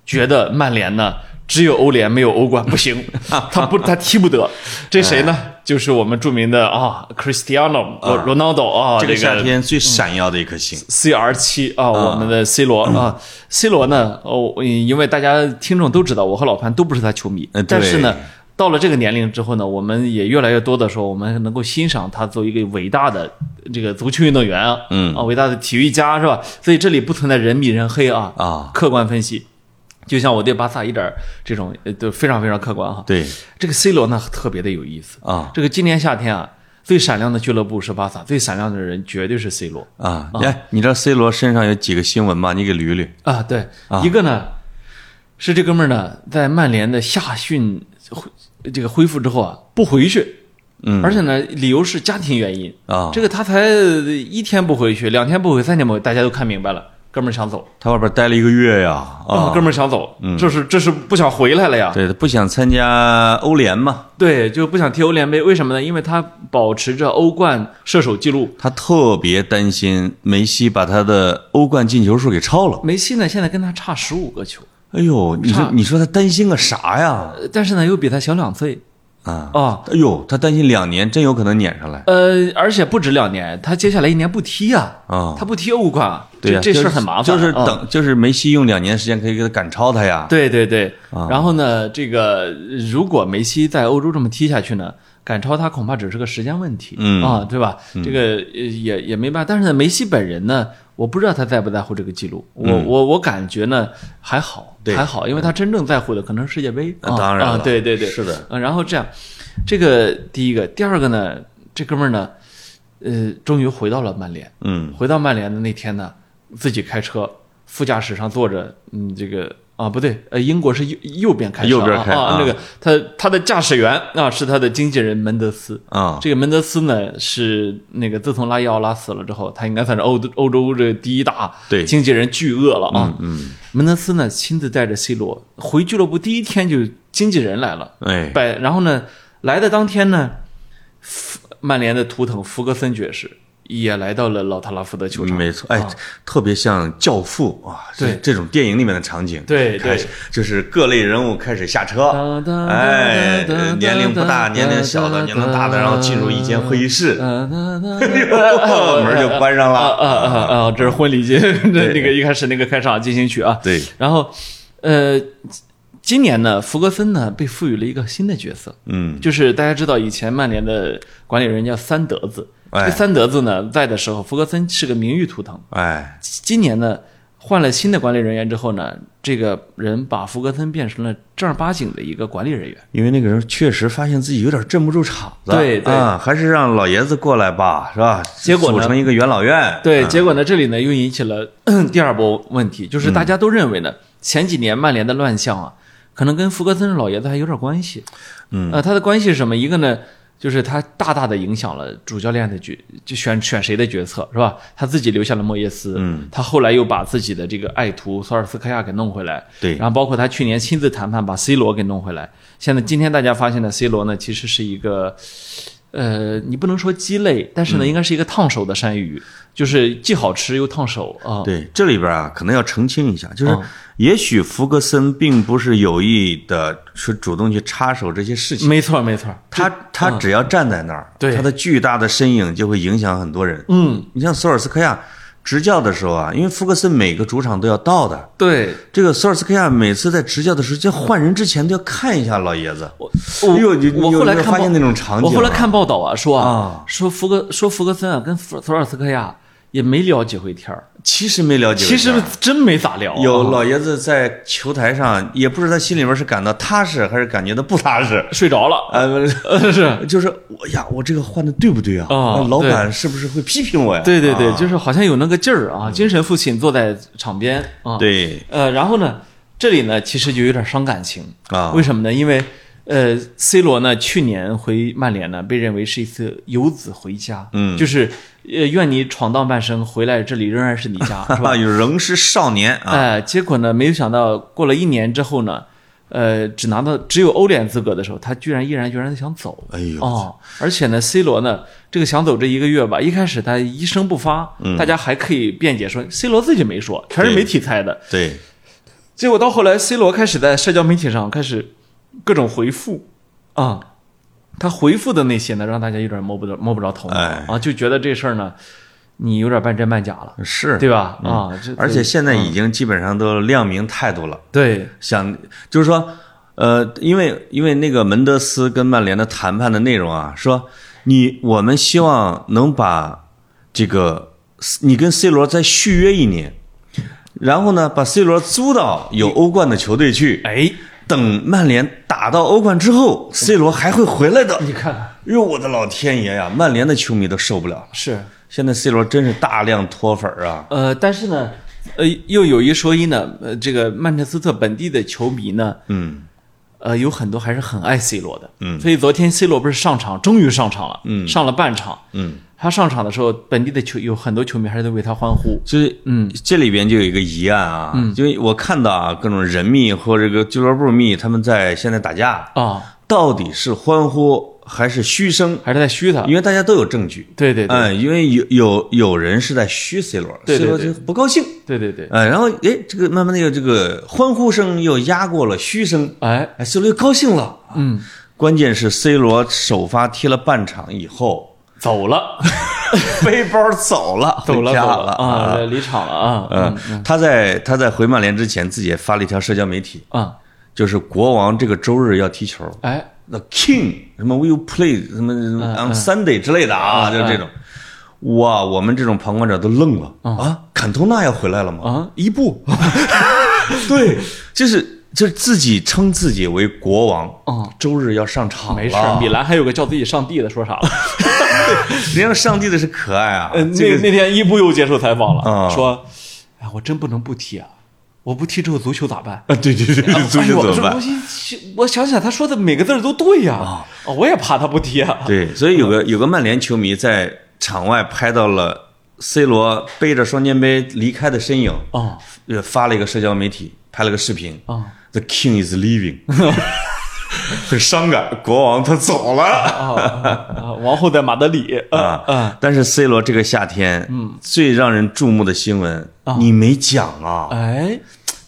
Speaker 1: 觉得曼联呢只有欧联没有欧冠不 行，他不他踢不得。这谁呢？
Speaker 2: 哎
Speaker 1: 就是我们著名的啊，Cristiano 罗罗纳多啊，
Speaker 2: 这
Speaker 1: 个
Speaker 2: 个夏天最闪耀的一颗星。
Speaker 1: CR 七啊，我们的 C
Speaker 2: 嗯
Speaker 1: 罗啊，C 罗呢，哦，因为大家听众都知道，我和老潘都不是他球迷
Speaker 2: 嗯，对
Speaker 1: 但是呢，到了这个年龄之后呢，我们也越来越多的说，我们能够欣赏他作为一个伟大的这个足球运动员啊，
Speaker 2: 嗯
Speaker 1: 啊，伟大的体育家是吧？所以这里不存在人比人黑啊，
Speaker 2: 啊，
Speaker 1: 客观分析。就像我对巴萨一点儿这种呃都非常非常客观哈。
Speaker 2: 对
Speaker 1: 这个 C 罗呢特别的有意思
Speaker 2: 啊
Speaker 1: 这个今年夏天啊，最闪亮的俱乐部是巴萨，最闪亮的人绝对是 C 罗
Speaker 2: 啊，哎，你知道 C 罗身上有几个新闻吗？你给捋捋。
Speaker 1: 啊。对，一个呢是这哥们儿呢在曼联的夏训恢这个恢复之后啊不回去，
Speaker 2: 嗯，
Speaker 1: 而且呢理由是家庭原因
Speaker 2: 啊
Speaker 1: 这个他才一天不回去，两天不回，三天不回，大家都看明白了，哥们儿想走
Speaker 2: 他外边待了一个月呀，啊，
Speaker 1: 哥们儿想走，这是这是不想回来了呀。
Speaker 2: 对他不想参加欧联嘛，
Speaker 1: 对，就不想踢欧联杯，为什么呢？因为他保持着欧冠射手记录。
Speaker 2: 他特别担心梅西把他的欧冠进球数给超了。
Speaker 1: 梅西呢，现在跟他差十五个球，
Speaker 2: 哎呦，你说
Speaker 1: 差
Speaker 2: 你说他担心个啥呀？
Speaker 1: 呃但是呢，又比他小两岁
Speaker 2: 啊，
Speaker 1: 啊。
Speaker 2: 哎呦，他担心两年真有可能撵上来
Speaker 1: 呃，而且不止两年，他接下来一年不踢啊，
Speaker 2: 啊
Speaker 1: 他不踢欧冠啊，
Speaker 2: 对呀、
Speaker 1: 这这
Speaker 2: 就
Speaker 1: 事
Speaker 2: 是
Speaker 1: 儿很麻烦，
Speaker 2: 就是
Speaker 1: 啊
Speaker 2: 等，就是梅西用两年时间可以给他赶超他呀。
Speaker 1: 对对对
Speaker 2: 啊，
Speaker 1: 然后呢，这个如果梅西在欧洲这么踢下去呢，赶超他恐怕只是个时间问题，
Speaker 2: 嗯
Speaker 1: 啊，对吧？这个呃也也没办法。但是呢，梅西本人呢，我不知道他在不在乎这个记录，我我我感觉呢还好，
Speaker 2: 嗯对
Speaker 1: 还好，因为他真正在乎的可能是世界杯，
Speaker 2: 那
Speaker 1: 啊
Speaker 2: 当然
Speaker 1: 啊
Speaker 2: 了
Speaker 1: 对对对，
Speaker 2: 是的
Speaker 1: 啊。然后这样，这个第一个，第二个呢，这哥们儿呢，呃，终于回到了曼联，
Speaker 2: 嗯，
Speaker 1: 回到曼联的那天呢，自己开车，副驾驶上坐着，嗯，这个啊不对，呃，英国是右右边开车啊，
Speaker 2: 右边开
Speaker 1: 啊
Speaker 2: 啊，
Speaker 1: 那个他他的驾驶员啊是他的经纪人门德斯。
Speaker 2: 啊，
Speaker 1: 这个门德斯呢，是那个自从拉伊奥拉死了之后，他应该算是欧欧洲这第一大
Speaker 2: 对
Speaker 1: 经纪人巨鳄了啊。嗯，门德斯呢亲自带着 C 罗回俱乐部第一天就经纪人来了，
Speaker 2: 哎，
Speaker 1: 拜，然后呢，来的当天呢，福曼联的图腾福格森爵士也来到了老特拉福德球场。
Speaker 2: 没错，哎，特别像《教父》啊，
Speaker 1: 啊对
Speaker 2: 这这种电影里面的场景，
Speaker 1: 对
Speaker 2: 开始
Speaker 1: 对
Speaker 2: 就是各类人物开始下车
Speaker 1: 哒哒，哒
Speaker 2: 哎
Speaker 1: 哒哒，
Speaker 2: 年龄不大、
Speaker 1: 哒
Speaker 2: 年龄小
Speaker 1: 哒哒
Speaker 2: 的、年龄大的，然后进入一间会议室，
Speaker 1: 啊那那
Speaker 2: 哎呦 门就关上
Speaker 1: 啊
Speaker 2: 了，
Speaker 1: 啊啊啊！这是婚礼进这 那个一开始那个开场进行曲啊。
Speaker 2: 对，
Speaker 1: 然后，呃，今年呢，福格森呢被赋予了一个新的角色，
Speaker 2: 嗯，
Speaker 1: 就是大家知道以前曼联的管理人叫三德子，
Speaker 2: 哎
Speaker 1: 这三德子呢在的时候，福格森是个名誉图腾。
Speaker 2: 哎，
Speaker 1: 今年呢换了新的管理人员之后呢，这个人把福格森变成了正儿八经的一个管理人员。
Speaker 2: 因为那个人确实发现自己有点镇不住场子，
Speaker 1: 对对
Speaker 2: 啊，还是让老爷子过来吧，是吧？
Speaker 1: 结果呢
Speaker 2: 组成一个元老院，
Speaker 1: 对，结果呢，这里呢又引起了 第二波问题，就是大家
Speaker 2: 嗯
Speaker 1: 都认为呢，前几年曼联的乱象啊，可能跟福格森老爷子还有点关系。
Speaker 2: 嗯，
Speaker 1: 呃，他的关系是什么？一个呢，就是他大大的影响了主教练的决，就选选谁的决策是吧？他自己留下了莫耶斯，
Speaker 2: 嗯，
Speaker 1: 他后来又把自己的这个爱徒索尔斯克亚给弄回来，
Speaker 2: 对
Speaker 1: 然后包括他去年亲自谈判把 C 罗给弄回来。现在今天大家发现呢，C 罗呢其实是一个，呃，你不能说鸡肋，但是呢，应该是一个烫手的山芋，就是既好吃又烫手啊。
Speaker 2: 对，这里边啊，可能要澄清一下，就是
Speaker 1: 嗯
Speaker 2: 也许福格森并不是有意的去主动去插手这些事情，
Speaker 1: 没错没错，
Speaker 2: 他他只要站在那儿，
Speaker 1: 对
Speaker 2: 他的巨大的身影就会影响很多人。
Speaker 1: 嗯，
Speaker 2: 你像索尔斯克亚执教的时候啊，因为福格森每个主场都要到的，
Speaker 1: 对，
Speaker 2: 这个索尔斯克亚每次在执教的时候，在换人之前都要看一下老爷子。
Speaker 1: 我
Speaker 2: 哎呦你你
Speaker 1: 我
Speaker 2: 有
Speaker 1: 后来
Speaker 2: 没有
Speaker 1: 看
Speaker 2: 发
Speaker 1: 报
Speaker 2: 现那种场景
Speaker 1: 我后来
Speaker 2: 啊
Speaker 1: 看报道啊，说
Speaker 2: 啊
Speaker 1: 说福格说福格森啊跟索索尔斯克亚也没聊几回天儿，
Speaker 2: 其实没了解过哦
Speaker 1: 其
Speaker 2: 这
Speaker 1: 实
Speaker 2: 样，
Speaker 1: 真没咋聊、啊
Speaker 2: 有老爷子在球台上，也不知道他心里边是感到踏实还是感觉到不踏实。
Speaker 1: 睡着了，
Speaker 2: 呃，
Speaker 1: 呃 是。
Speaker 2: 就是我哎呀，我这个换的对不对啊？
Speaker 1: 啊
Speaker 2: 那老板是不是会批评我呀？
Speaker 1: 对对对，
Speaker 2: 啊
Speaker 1: 就是好像有那个劲儿啊，精神父亲坐在场边啊。，
Speaker 2: 对
Speaker 1: 呃，然后呢，这里呢其实就有点伤感情
Speaker 2: 啊
Speaker 1: 为什么呢？因为呃，C 罗呢去年回曼联呢被认为是一次游子回家，嗯，就是呃愿你闯荡半生，回来这里仍然是你 家，是吧
Speaker 2: 啊，？有仍是少年啊，
Speaker 1: 哎，结果呢，没有想到过了一年之后呢，呃，只拿到只有欧联资格的时候，他居然毅然决然的想走。
Speaker 2: 哎呦
Speaker 1: 哦，而且呢，C 罗呢，这个想走这一个月吧，一开始他一声不发，大家还可以辩解说 C 罗自己没说，全是
Speaker 2: 嗯对
Speaker 1: 媒体猜的。
Speaker 2: 对，
Speaker 1: 结果到后来，C 罗开始在社交媒体上开始各种回复啊，他回复的那些呢，让大家有点摸不着摸不着头脑、
Speaker 2: 哎
Speaker 1: 啊，就觉得这事儿呢，你有点半真半假了，
Speaker 2: 是，
Speaker 1: 对吧？啊，这
Speaker 2: 而且现在已经基本上都亮明态度了，
Speaker 1: 对
Speaker 2: 想就是说，呃，因为因为那个门德斯跟曼联的谈判的内容啊，说你我们希望能把这个你跟 C 罗再续约一年，然后呢把 C 罗租到有欧冠的球队去，
Speaker 1: 哎，
Speaker 2: 等曼联打到欧冠之后，C 罗还会回来的。
Speaker 1: 你看看，
Speaker 2: 哟，我的老天爷呀，曼联的球迷都受不了了。
Speaker 1: 是，
Speaker 2: 现在 C 罗真是大量脱粉儿啊！
Speaker 1: 呃，但是呢，呃，又有一说一呢，呃，这个曼彻斯特本地的球迷呢，
Speaker 2: 嗯，
Speaker 1: 呃，有很多还是很爱 C 罗的，嗯，所以昨天 C 罗不是上场，终于上场了，嗯，上了半场，
Speaker 2: 嗯，
Speaker 1: 他上场的时候，本地的球有很多球迷还是在为他欢呼，
Speaker 2: 就是嗯，这里边就有一个疑案啊，因为我看到啊，各种人密或者这个俱乐部密他们在现在打架，
Speaker 1: 啊，
Speaker 2: 到底是欢呼还是嘘声？
Speaker 1: 还是在虚他，
Speaker 2: 因为大家都有证据。
Speaker 1: 对对对，
Speaker 2: 哎，因为有有有人是在嘘 C 罗
Speaker 1: 对
Speaker 2: ，C
Speaker 1: 对
Speaker 2: 罗
Speaker 1: 对
Speaker 2: 就不高兴，
Speaker 1: 对对对，
Speaker 2: 哎，然后哎，这个慢慢的又这个欢呼声又压过了嘘声，
Speaker 1: 哎，
Speaker 2: 哎，C 罗又高兴了。
Speaker 1: 嗯，
Speaker 2: 关键是 C 罗首发踢了半场以后，
Speaker 1: 走 了，
Speaker 2: 背包走了，
Speaker 1: 走了，
Speaker 2: 回
Speaker 1: 走
Speaker 2: 家
Speaker 1: 了
Speaker 2: 啊
Speaker 1: 啊，离场了啊，
Speaker 2: 嗯，他在他在回曼联之前，自己也发了一条社交媒体，
Speaker 1: 嗯啊，
Speaker 2: 就是国王这个周日要踢球
Speaker 1: 哎，
Speaker 2: ，The King 什么 Will you play 什么什么
Speaker 1: 嗯
Speaker 2: on Sunday 之类的啊，就是这种。哇，我们这种旁观者都愣了啊！坎通纳要回来了吗？
Speaker 1: 嗯啊，一 步，
Speaker 2: 对，就是就是自己称自己为国王
Speaker 1: 嗯，
Speaker 2: 周日要上场了
Speaker 1: 没事儿，米兰还有个叫自己上帝的，说啥 了？
Speaker 2: 人家上帝的是可爱啊
Speaker 1: 呃，，
Speaker 2: 这
Speaker 1: 那
Speaker 2: 个
Speaker 1: 那天伊布又接受采访
Speaker 2: 啊
Speaker 1: 了，说，哎，我真不能不踢啊，我不踢之后足球咋办？
Speaker 2: 啊，对对对，足球怎么
Speaker 1: 哎呦我
Speaker 2: 办
Speaker 1: 我？心我想想，他说的每个字儿都对呀、啊我也怕他不踢啊。
Speaker 2: 对，所以有个有个曼联球迷在场外拍到了 C 罗背着双肩背离开的身影，
Speaker 1: 啊
Speaker 2: 呃，发了一个社交媒体，拍了个视频
Speaker 1: 啊
Speaker 2: The King is leaving，很伤感，国王他走了
Speaker 1: 啊啊！王后在马德里啊啊！
Speaker 2: 啊。但是 C 罗这个夏天，
Speaker 1: 嗯
Speaker 2: 最让人注目的新闻，
Speaker 1: 哦
Speaker 2: 你没讲啊，
Speaker 1: 哎，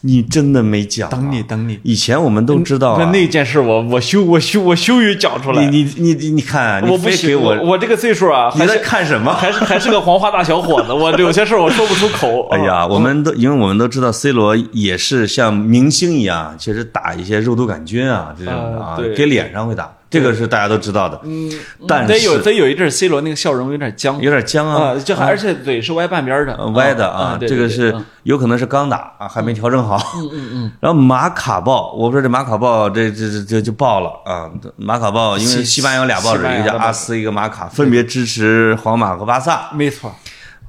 Speaker 2: 你真的没讲啊。
Speaker 1: 等你等你
Speaker 2: 以前我们都知道
Speaker 1: 那
Speaker 2: 啊，
Speaker 1: 那件事我我羞我羞我羞于讲出来，
Speaker 2: 你你你你你看啊，你
Speaker 1: 我不
Speaker 2: 非给
Speaker 1: 行，我
Speaker 2: 我，
Speaker 1: 我这个岁数啊，
Speaker 2: 你
Speaker 1: 还
Speaker 2: 在
Speaker 1: 是
Speaker 2: 看什么？
Speaker 1: 还是还是个黄花大小伙子，我有些事儿我说不出口。 啊
Speaker 2: 哎呀，我们都因为我们都知道 C 罗也是像明星一样，其实打一些肉毒杆菌啊这种的
Speaker 1: 啊
Speaker 2: 啊
Speaker 1: 对，
Speaker 2: 给脸上会打，这个是大家都知道的。嗯，但
Speaker 1: 得
Speaker 2: 是
Speaker 1: 有得有一阵儿 C 罗那个笑容有点僵
Speaker 2: 有点僵
Speaker 1: 啊，
Speaker 2: 啊，
Speaker 1: 这还而且嘴是歪半边儿的
Speaker 2: 呃，歪的
Speaker 1: 啊
Speaker 2: 啊，，
Speaker 1: 对
Speaker 2: 这个
Speaker 1: 对
Speaker 2: 是
Speaker 1: 对嗯
Speaker 2: 有可能是刚打啊，还没调整好。嗯嗯嗯。 然后马卡报，我不知道这马卡报这这这这就爆了啊！马卡报因为
Speaker 1: 西
Speaker 2: 西班牙有俩报纸，
Speaker 1: 西班牙
Speaker 2: 一
Speaker 1: 的
Speaker 2: 个叫
Speaker 1: 报
Speaker 2: 阿
Speaker 1: 纸
Speaker 2: 斯，一个马卡，分别支持皇马和巴萨。
Speaker 1: 没错。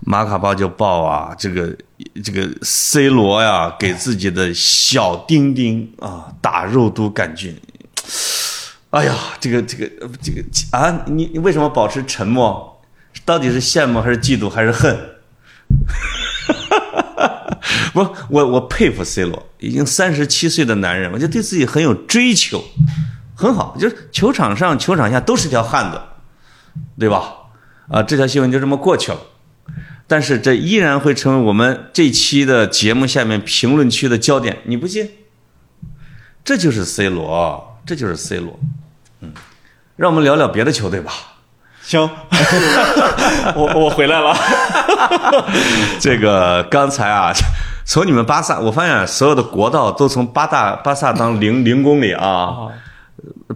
Speaker 2: 马卡报就报啊，这个这个 C 罗呀，给自己的小丁丁啊打肉毒杆菌。哎呀，这个这个这个啊，你你为什么保持沉默？到底是羡慕还是嫉妒还是恨？ 不，我我佩服 C 罗，已经三十七岁的男人，我觉得对自己很有追求，很好。就是球场上、球场下都是条汉子，对吧？啊，这条新闻就这么过去了。但是这依然会成为我们这期的节目下面评论区的焦点，你不信？这就是 C 罗，这就是 C 罗。嗯，让我们聊聊别的球队吧。
Speaker 1: 行， 我我回来 了。
Speaker 2: 这个刚才啊， 从你们巴萨，我发现所有的国道都从巴大巴萨当零零公里啊，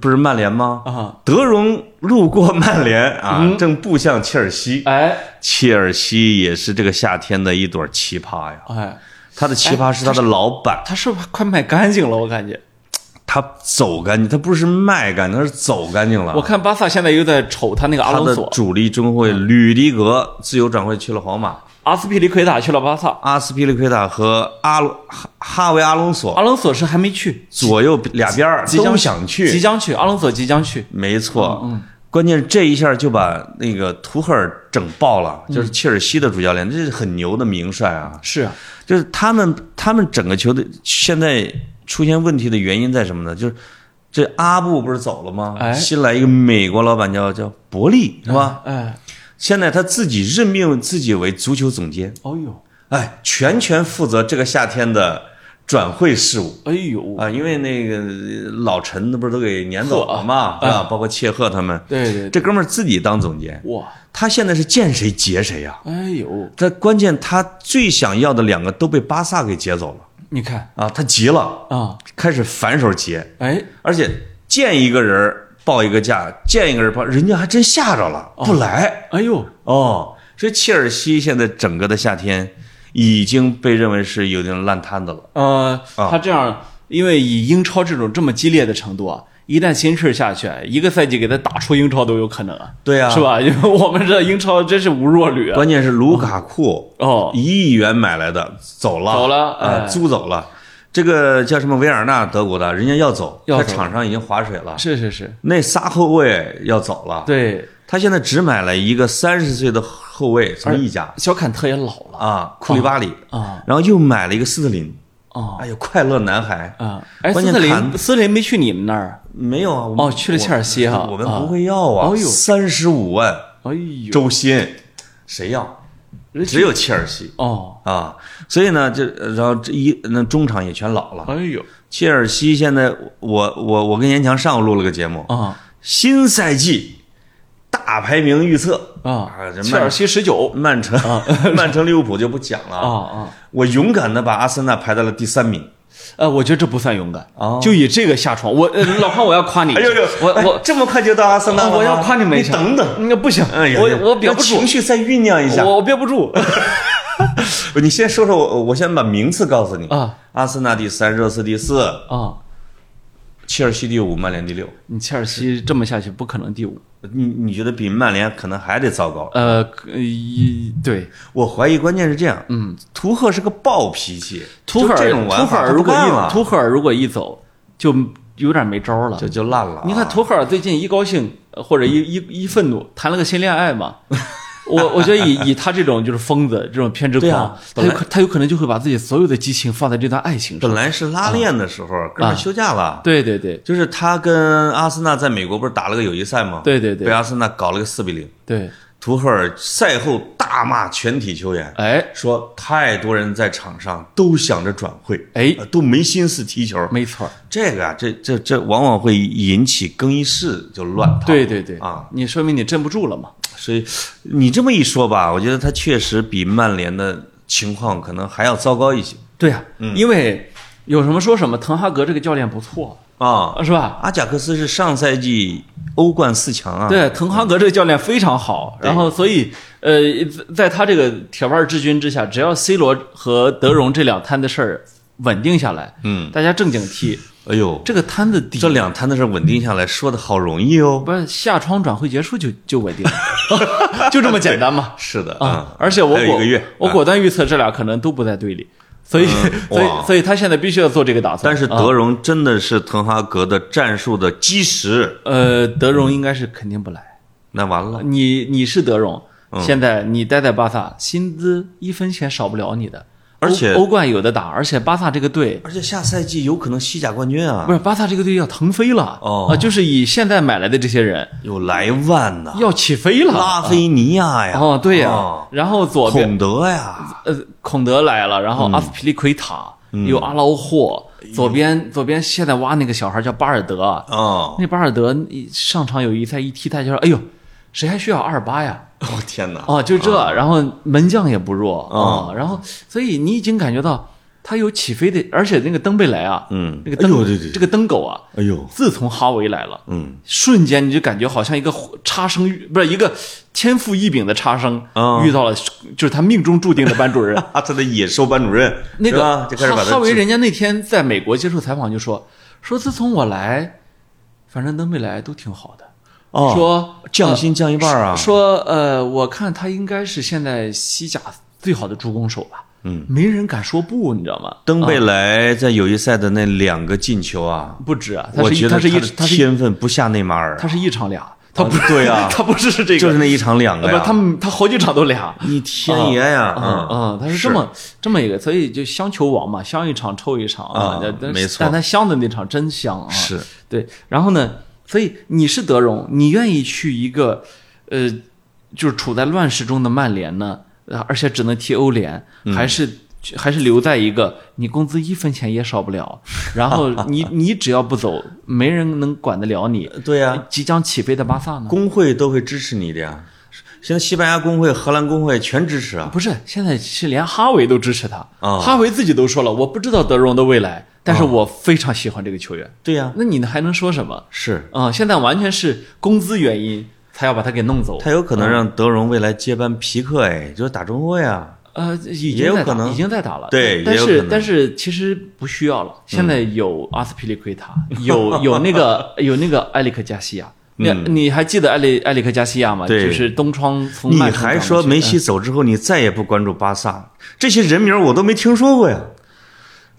Speaker 2: 不是曼联吗？
Speaker 1: 啊，
Speaker 2: 德容路过曼联啊，正步向切尔西。
Speaker 1: 哎
Speaker 2: 切尔西也是这个夏天的一朵奇葩呀，
Speaker 1: 哎，
Speaker 2: 他的奇葩是他的老板。
Speaker 1: 他是不是快卖干净了？我感
Speaker 2: 啊
Speaker 1: 觉，
Speaker 2: 他走干净，他不是卖干净，他是走干净了。
Speaker 1: 我看巴萨现在又在瞅他那个阿
Speaker 2: 他
Speaker 1: 隆
Speaker 2: 的
Speaker 1: 索，
Speaker 2: 主力中后卫吕迪格自由转会去了皇马，
Speaker 1: 阿斯皮利奎塔去了巴萨，
Speaker 2: 阿斯皮利奎塔和阿隆哈哈维阿隆
Speaker 1: 阿
Speaker 2: 索
Speaker 1: 隆索是还没去，
Speaker 2: 左右俩边儿
Speaker 1: 即将
Speaker 2: 都想
Speaker 1: 即
Speaker 2: 去，
Speaker 1: 将去，阿隆索即将去。
Speaker 2: 没错。
Speaker 1: 嗯
Speaker 2: 关键这一下就把那个图赫尔整爆了，
Speaker 1: 嗯
Speaker 2: 就是切尔西的主教练，这是很牛的名帅啊。
Speaker 1: 是啊，
Speaker 2: 就是他们他们整个球队现在出现问题的原因在什么呢？就是这阿布不是走了吗？
Speaker 1: 哎
Speaker 2: 新来一个美国老板叫叫伯利是吧？
Speaker 1: 哎，
Speaker 2: 现在他自己任命自己为足球总监，
Speaker 1: 哦呦，
Speaker 2: 哎，全权负责这个夏天的转会事务。
Speaker 1: 哎呦，
Speaker 2: 啊，因为那个呃老陈那不是都给撵走了嘛，
Speaker 1: 呵
Speaker 2: 啊，包括切赫他们，
Speaker 1: 对对对，
Speaker 2: 这哥们儿自己当总监，
Speaker 1: 哇，
Speaker 2: 他现在是见谁劫谁呀、
Speaker 1: 哎呦，
Speaker 2: 他关键他最想要的两个都被巴萨给劫走了，
Speaker 1: 你看
Speaker 2: 啊，他急了，
Speaker 1: 啊，
Speaker 2: 开始反手劫，
Speaker 1: 哎，
Speaker 2: 而且见一个人儿报一个价，见一个人报，人家还真吓着了，不来
Speaker 1: 哎呦，
Speaker 2: 哦。所以切尔西现在整个的夏天已经被认为是有点烂摊子了。
Speaker 1: 呃，
Speaker 2: 啊
Speaker 1: 他这样，因为以英超这种这么激烈的程度啊，一旦新事下去，一个赛季给他打出英超都有可能啊，
Speaker 2: 对啊
Speaker 1: 是吧？ 因为我们这英超真是无弱旅啊。
Speaker 2: 关键是卢卡库
Speaker 1: 哦
Speaker 2: 一亿元买来的，走了，
Speaker 1: 走了哎
Speaker 2: 呃，租走了。这个叫什么维尔纳，德国的，人家要走，
Speaker 1: 要
Speaker 2: 在
Speaker 1: 走
Speaker 2: 场上已经划水了。
Speaker 1: 是是是，
Speaker 2: 那仨后卫要走了，，
Speaker 1: 对，
Speaker 2: 他现在只买了一个三十岁的后卫从意甲
Speaker 1: 小坎特也老了
Speaker 2: 啊，库里巴里
Speaker 1: 啊，
Speaker 2: 然后又买了一个斯特林，
Speaker 1: 啊
Speaker 2: 哎呦，快乐男孩
Speaker 1: 啊！哎，斯
Speaker 2: 关键
Speaker 1: 特
Speaker 2: 坎
Speaker 1: 林，斯特林没去你们那儿，
Speaker 2: 没有啊？我们
Speaker 1: 哦去了切尔西哈
Speaker 2: 我我们
Speaker 1: 啊
Speaker 2: 不会要啊
Speaker 1: 哦，呦
Speaker 2: 三十五万
Speaker 1: 哎呦，
Speaker 2: 周薪，谁要？
Speaker 1: 人
Speaker 2: 只有切尔西
Speaker 1: 哦，
Speaker 2: 啊，所以呢，这然后这一那中场也全老了。
Speaker 1: 哎呦
Speaker 2: 切尔西现在，我我我跟严强上午录了个节目，
Speaker 1: 啊
Speaker 2: 新赛季大排名预测
Speaker 1: 啊！
Speaker 2: 这
Speaker 1: 切
Speaker 2: 曼
Speaker 1: 尔西十九
Speaker 2: 曼城、 曼城、利物浦就不讲了
Speaker 1: 啊。啊！
Speaker 2: 我勇敢的把阿森纳排到了第三名。
Speaker 1: 呃，我觉得这不算勇敢
Speaker 2: 哦，
Speaker 1: 就以这个下床，我呃老康，我要夸你，
Speaker 2: 哎呦呦，
Speaker 1: 我
Speaker 2: 哎
Speaker 1: 我啊
Speaker 2: 这么快就到阿森纳了吗、
Speaker 1: 我要夸你们一
Speaker 2: 你
Speaker 1: 下，
Speaker 2: 等等，
Speaker 1: 那不行，
Speaker 2: 哎呀，
Speaker 1: 我我表不住
Speaker 2: 情，绪再酝酿一下。
Speaker 1: 我我憋不 住
Speaker 2: 你先说说我，我先把名次告诉你
Speaker 1: 啊。
Speaker 2: 阿森纳第三，热刺第四，
Speaker 1: 啊！
Speaker 2: 切尔西第五，曼联第六。
Speaker 1: 你切尔西这么下去不可能第五，
Speaker 2: 你你觉得比曼联可能还得糟糕？
Speaker 1: 呃，可一对，
Speaker 2: 我怀疑，关键是这样，嗯，图赫是个暴脾气，
Speaker 1: 图赫
Speaker 2: 就
Speaker 1: 尔
Speaker 2: 这种玩
Speaker 1: 图赫
Speaker 2: 法
Speaker 1: 尔
Speaker 2: 他
Speaker 1: 如
Speaker 2: 不
Speaker 1: 果
Speaker 2: 干
Speaker 1: 一
Speaker 2: 了，
Speaker 1: 图赫尔如果一走，就有点没招儿了
Speaker 2: 就。就烂了啊。
Speaker 1: 你看图赫尔最近一高兴呃或者一一一愤怒，谈了个新恋爱 嘛。我我觉得以以他这种就是疯子这种偏执
Speaker 2: 对
Speaker 1: 狂，
Speaker 2: 啊
Speaker 1: 他有可他有可能就会把自己所有的激情放在这段爱情上。
Speaker 2: 本来是
Speaker 1: 啊
Speaker 2: 拉练的时候，哥们儿休假了，
Speaker 1: 对对对
Speaker 2: 就是他跟阿森纳在美国不是打了个友谊赛吗？
Speaker 1: 对对对
Speaker 2: 被阿森纳搞了个四比零。
Speaker 1: 对，
Speaker 2: 图赫尔赛后大骂全体球员，
Speaker 1: 哎，
Speaker 2: 说太多人在场上都想着转会，
Speaker 1: 哎
Speaker 2: 呃都没心思踢球。
Speaker 1: 没错儿，
Speaker 2: 这个啊，这这这往往会引起更衣室就乱套。
Speaker 1: 对对对
Speaker 2: 啊，
Speaker 1: 你说明你镇不住了嘛。
Speaker 2: 所以你这么一说吧，我觉得他确实比曼联的情况可能还要糟糕一些
Speaker 1: 对呀、嗯
Speaker 2: 嗯
Speaker 1: 因为有什么说什么，滕哈格这个教练不错，
Speaker 2: 啊。
Speaker 1: 是吧？
Speaker 2: 阿贾克斯是上赛季欧冠四强啊，
Speaker 1: 对，滕哈格这个教练非常好，然后所以呃，在他这个铁腕之军之下，只要 C 罗和德容这两摊子事儿稳定下来，
Speaker 2: 嗯，
Speaker 1: 大家正经踢，
Speaker 2: 哎呦，
Speaker 1: 这个摊子底
Speaker 2: 这两摊子事稳定下来，说的好容易哦。
Speaker 1: 不是夏窗转会结束就就稳定了， 就这么简单嘛。
Speaker 2: 是的
Speaker 1: 啊
Speaker 2: 啊，，
Speaker 1: 而且我
Speaker 2: 还有一
Speaker 1: 果
Speaker 2: 个月
Speaker 1: 我
Speaker 2: 啊
Speaker 1: 果断预测这俩可能都不在队里，所以、 所
Speaker 2: 哇
Speaker 1: 以所以他现在必须要做这个打算。啊
Speaker 2: 但是德容真的是滕哈格的战术的基石，
Speaker 1: 呃，德容应该是肯定不来。
Speaker 2: 那完了，
Speaker 1: 你你是德容，
Speaker 2: 嗯
Speaker 1: 现在你待在巴萨，薪资一分钱少不了你的，
Speaker 2: 而且
Speaker 1: 欧欧冠有的打，而且巴萨这个队
Speaker 2: 而且下赛季有可能西甲冠军啊
Speaker 1: 不，是巴萨这个队要腾飞了
Speaker 2: 哦
Speaker 1: 啊，就是以现在买来的这些人
Speaker 2: 有莱万呐，
Speaker 1: 要起飞了，
Speaker 2: 拉菲尼亚呀，
Speaker 1: 啊哦对呀、
Speaker 2: 啊
Speaker 1: 然后左边
Speaker 2: 孔德呀，
Speaker 1: 呃孔德来了，
Speaker 2: 嗯
Speaker 1: 然后阿斯皮利奎塔、有阿劳霍，
Speaker 2: 哎
Speaker 1: 左边左边现在挖那个小孩叫巴尔德，
Speaker 2: 啊，
Speaker 1: 那巴尔德一上场有一赛一踢他就说，哎呦，谁还需要二八呀？
Speaker 2: 我天哪，
Speaker 1: 哦，就这，然后门将也不弱啊、然后所以你已经感觉到他有起飞的，而且那个登贝莱啊，
Speaker 2: 嗯
Speaker 1: 那个登、
Speaker 2: 哎呦对对对
Speaker 1: 这个登狗啊，
Speaker 2: 哎呦，
Speaker 1: 自从哈维来了，
Speaker 2: 嗯，
Speaker 1: 瞬间你就感觉好像一个差生遇不是一个天赋异禀的差生、
Speaker 2: 啊
Speaker 1: 遇到了，就是他命中注定的班主任。
Speaker 2: 啊，他的野兽班主任，
Speaker 1: 那
Speaker 2: 是吧
Speaker 1: 个
Speaker 2: 就开始
Speaker 1: 哈
Speaker 2: 把他
Speaker 1: 哈维人家那天在美国接受采访就说说自从我来，反正登贝莱都挺好的，
Speaker 2: 哦
Speaker 1: 说
Speaker 2: 降薪降一半啊，
Speaker 1: 说呃，我看他应该是现在西甲最好的助攻手吧。嗯，没人敢说不，你知道吗？
Speaker 2: 登贝莱在友谊赛的那两个进球啊，
Speaker 1: 不止啊，他
Speaker 2: 我
Speaker 1: 是
Speaker 2: 觉
Speaker 1: 一
Speaker 2: 得
Speaker 1: 他是一
Speaker 2: 的
Speaker 1: 他是一
Speaker 2: 天分不下内马尔
Speaker 1: 他，是一场俩，他
Speaker 2: 啊
Speaker 1: 不是
Speaker 2: 对啊
Speaker 1: 他不是这个，
Speaker 2: 就是那一场两个
Speaker 1: 呃
Speaker 2: 呀，
Speaker 1: 不，他们他好几场都俩。
Speaker 2: 一天爷呀，
Speaker 1: 嗯嗯，他是这么这么一个，所以就相求王嘛，相一场臭一场
Speaker 2: 啊
Speaker 1: 但但
Speaker 2: 没错
Speaker 1: 但他香的那场真香啊。
Speaker 2: 是，
Speaker 1: 对，然后呢，所以你是德容，你愿意去一个，呃，就是处在乱世中的曼联呢，呃而且只能踢欧联，
Speaker 2: 嗯
Speaker 1: 还是、还是留在一个你工资一分钱也少不了，然后 你你只要不走，没人能管得了你。
Speaker 2: 嗯对呀、啊
Speaker 1: 即将起飞的巴萨呢？
Speaker 2: 工会都会支持你的呀。现在西班牙工会、荷兰工会全支持啊。
Speaker 1: 不是，现在是连哈维都支持他。
Speaker 2: 啊
Speaker 1: 哈维自己都说了，我不知道德容的未来，但是我非常喜欢这个球员。
Speaker 2: 对呀、
Speaker 1: 那你还能说什么？
Speaker 2: 是
Speaker 1: 啊、现在完全是工资原因，才要把他给弄走。
Speaker 2: 他有可能让德容未来接班皮克，哎，就是打中后卫啊。
Speaker 1: 呃，已
Speaker 2: 也
Speaker 1: 经
Speaker 2: 有
Speaker 1: 在
Speaker 2: 可
Speaker 1: 打，
Speaker 2: 能
Speaker 1: 已经在打了。
Speaker 2: 对
Speaker 1: 但
Speaker 2: 也有可
Speaker 1: 是
Speaker 2: 能嗯
Speaker 1: 但是其实不需要了。现在有阿斯皮利奎塔，有有那 个有那个埃里克加西亚。那你还记得埃里埃里克加西亚吗？
Speaker 2: 嗯对
Speaker 1: 就是东窗从
Speaker 2: 你
Speaker 1: 曼城
Speaker 2: 还
Speaker 1: 转过
Speaker 2: 说
Speaker 1: 去
Speaker 2: 梅西走之后你再也不关注巴萨，这些人名儿我都没听说过呀。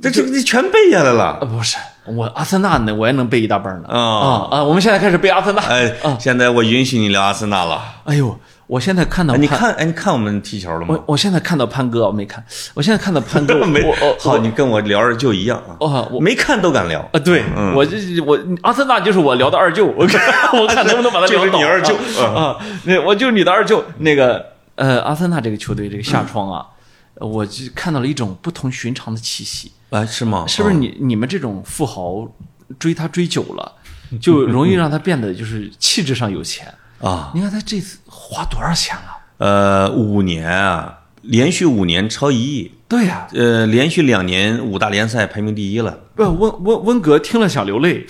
Speaker 2: 这这这全背下来了。
Speaker 1: 啊，不是我阿森纳呢，我也能背一大半儿呢。啊
Speaker 2: 哦
Speaker 1: 啊！我们现在开始背阿森纳。
Speaker 2: 哎，现在我允许你聊阿森纳了。
Speaker 1: 哎呦，我现在看到
Speaker 2: 哎，你
Speaker 1: 潘，
Speaker 2: 看，哎，你看我们踢球了吗
Speaker 1: 我？我现在看到潘哥，我没看，我现在看到潘哥，
Speaker 2: 没
Speaker 1: 我我，
Speaker 2: 好，你跟我聊着就一样啊。
Speaker 1: 哦我
Speaker 2: 没看都敢聊
Speaker 1: 啊，，对
Speaker 2: 嗯
Speaker 1: 我这我阿森纳就是我聊的二舅，我看 我看能不能把他
Speaker 2: 就
Speaker 1: 聊
Speaker 2: 是
Speaker 1: 倒
Speaker 2: 你二舅嗯
Speaker 1: 啊啊，那我就是你的二舅。那个呃，阿森纳这个球队这个下窗啊，我就看到了一种不同寻常的气息。
Speaker 2: 哎，是吗？
Speaker 1: 是不是你你们这种富豪追他追久了，就容易让他变得就是气质上有钱？
Speaker 2: 啊？
Speaker 1: 你看他这次花多少钱了？
Speaker 2: 呃，五年啊，连续五年超一亿，
Speaker 1: 对呀、
Speaker 2: 呃，连续两年五大联赛排名第一了。
Speaker 1: 不温温温格听了想流泪，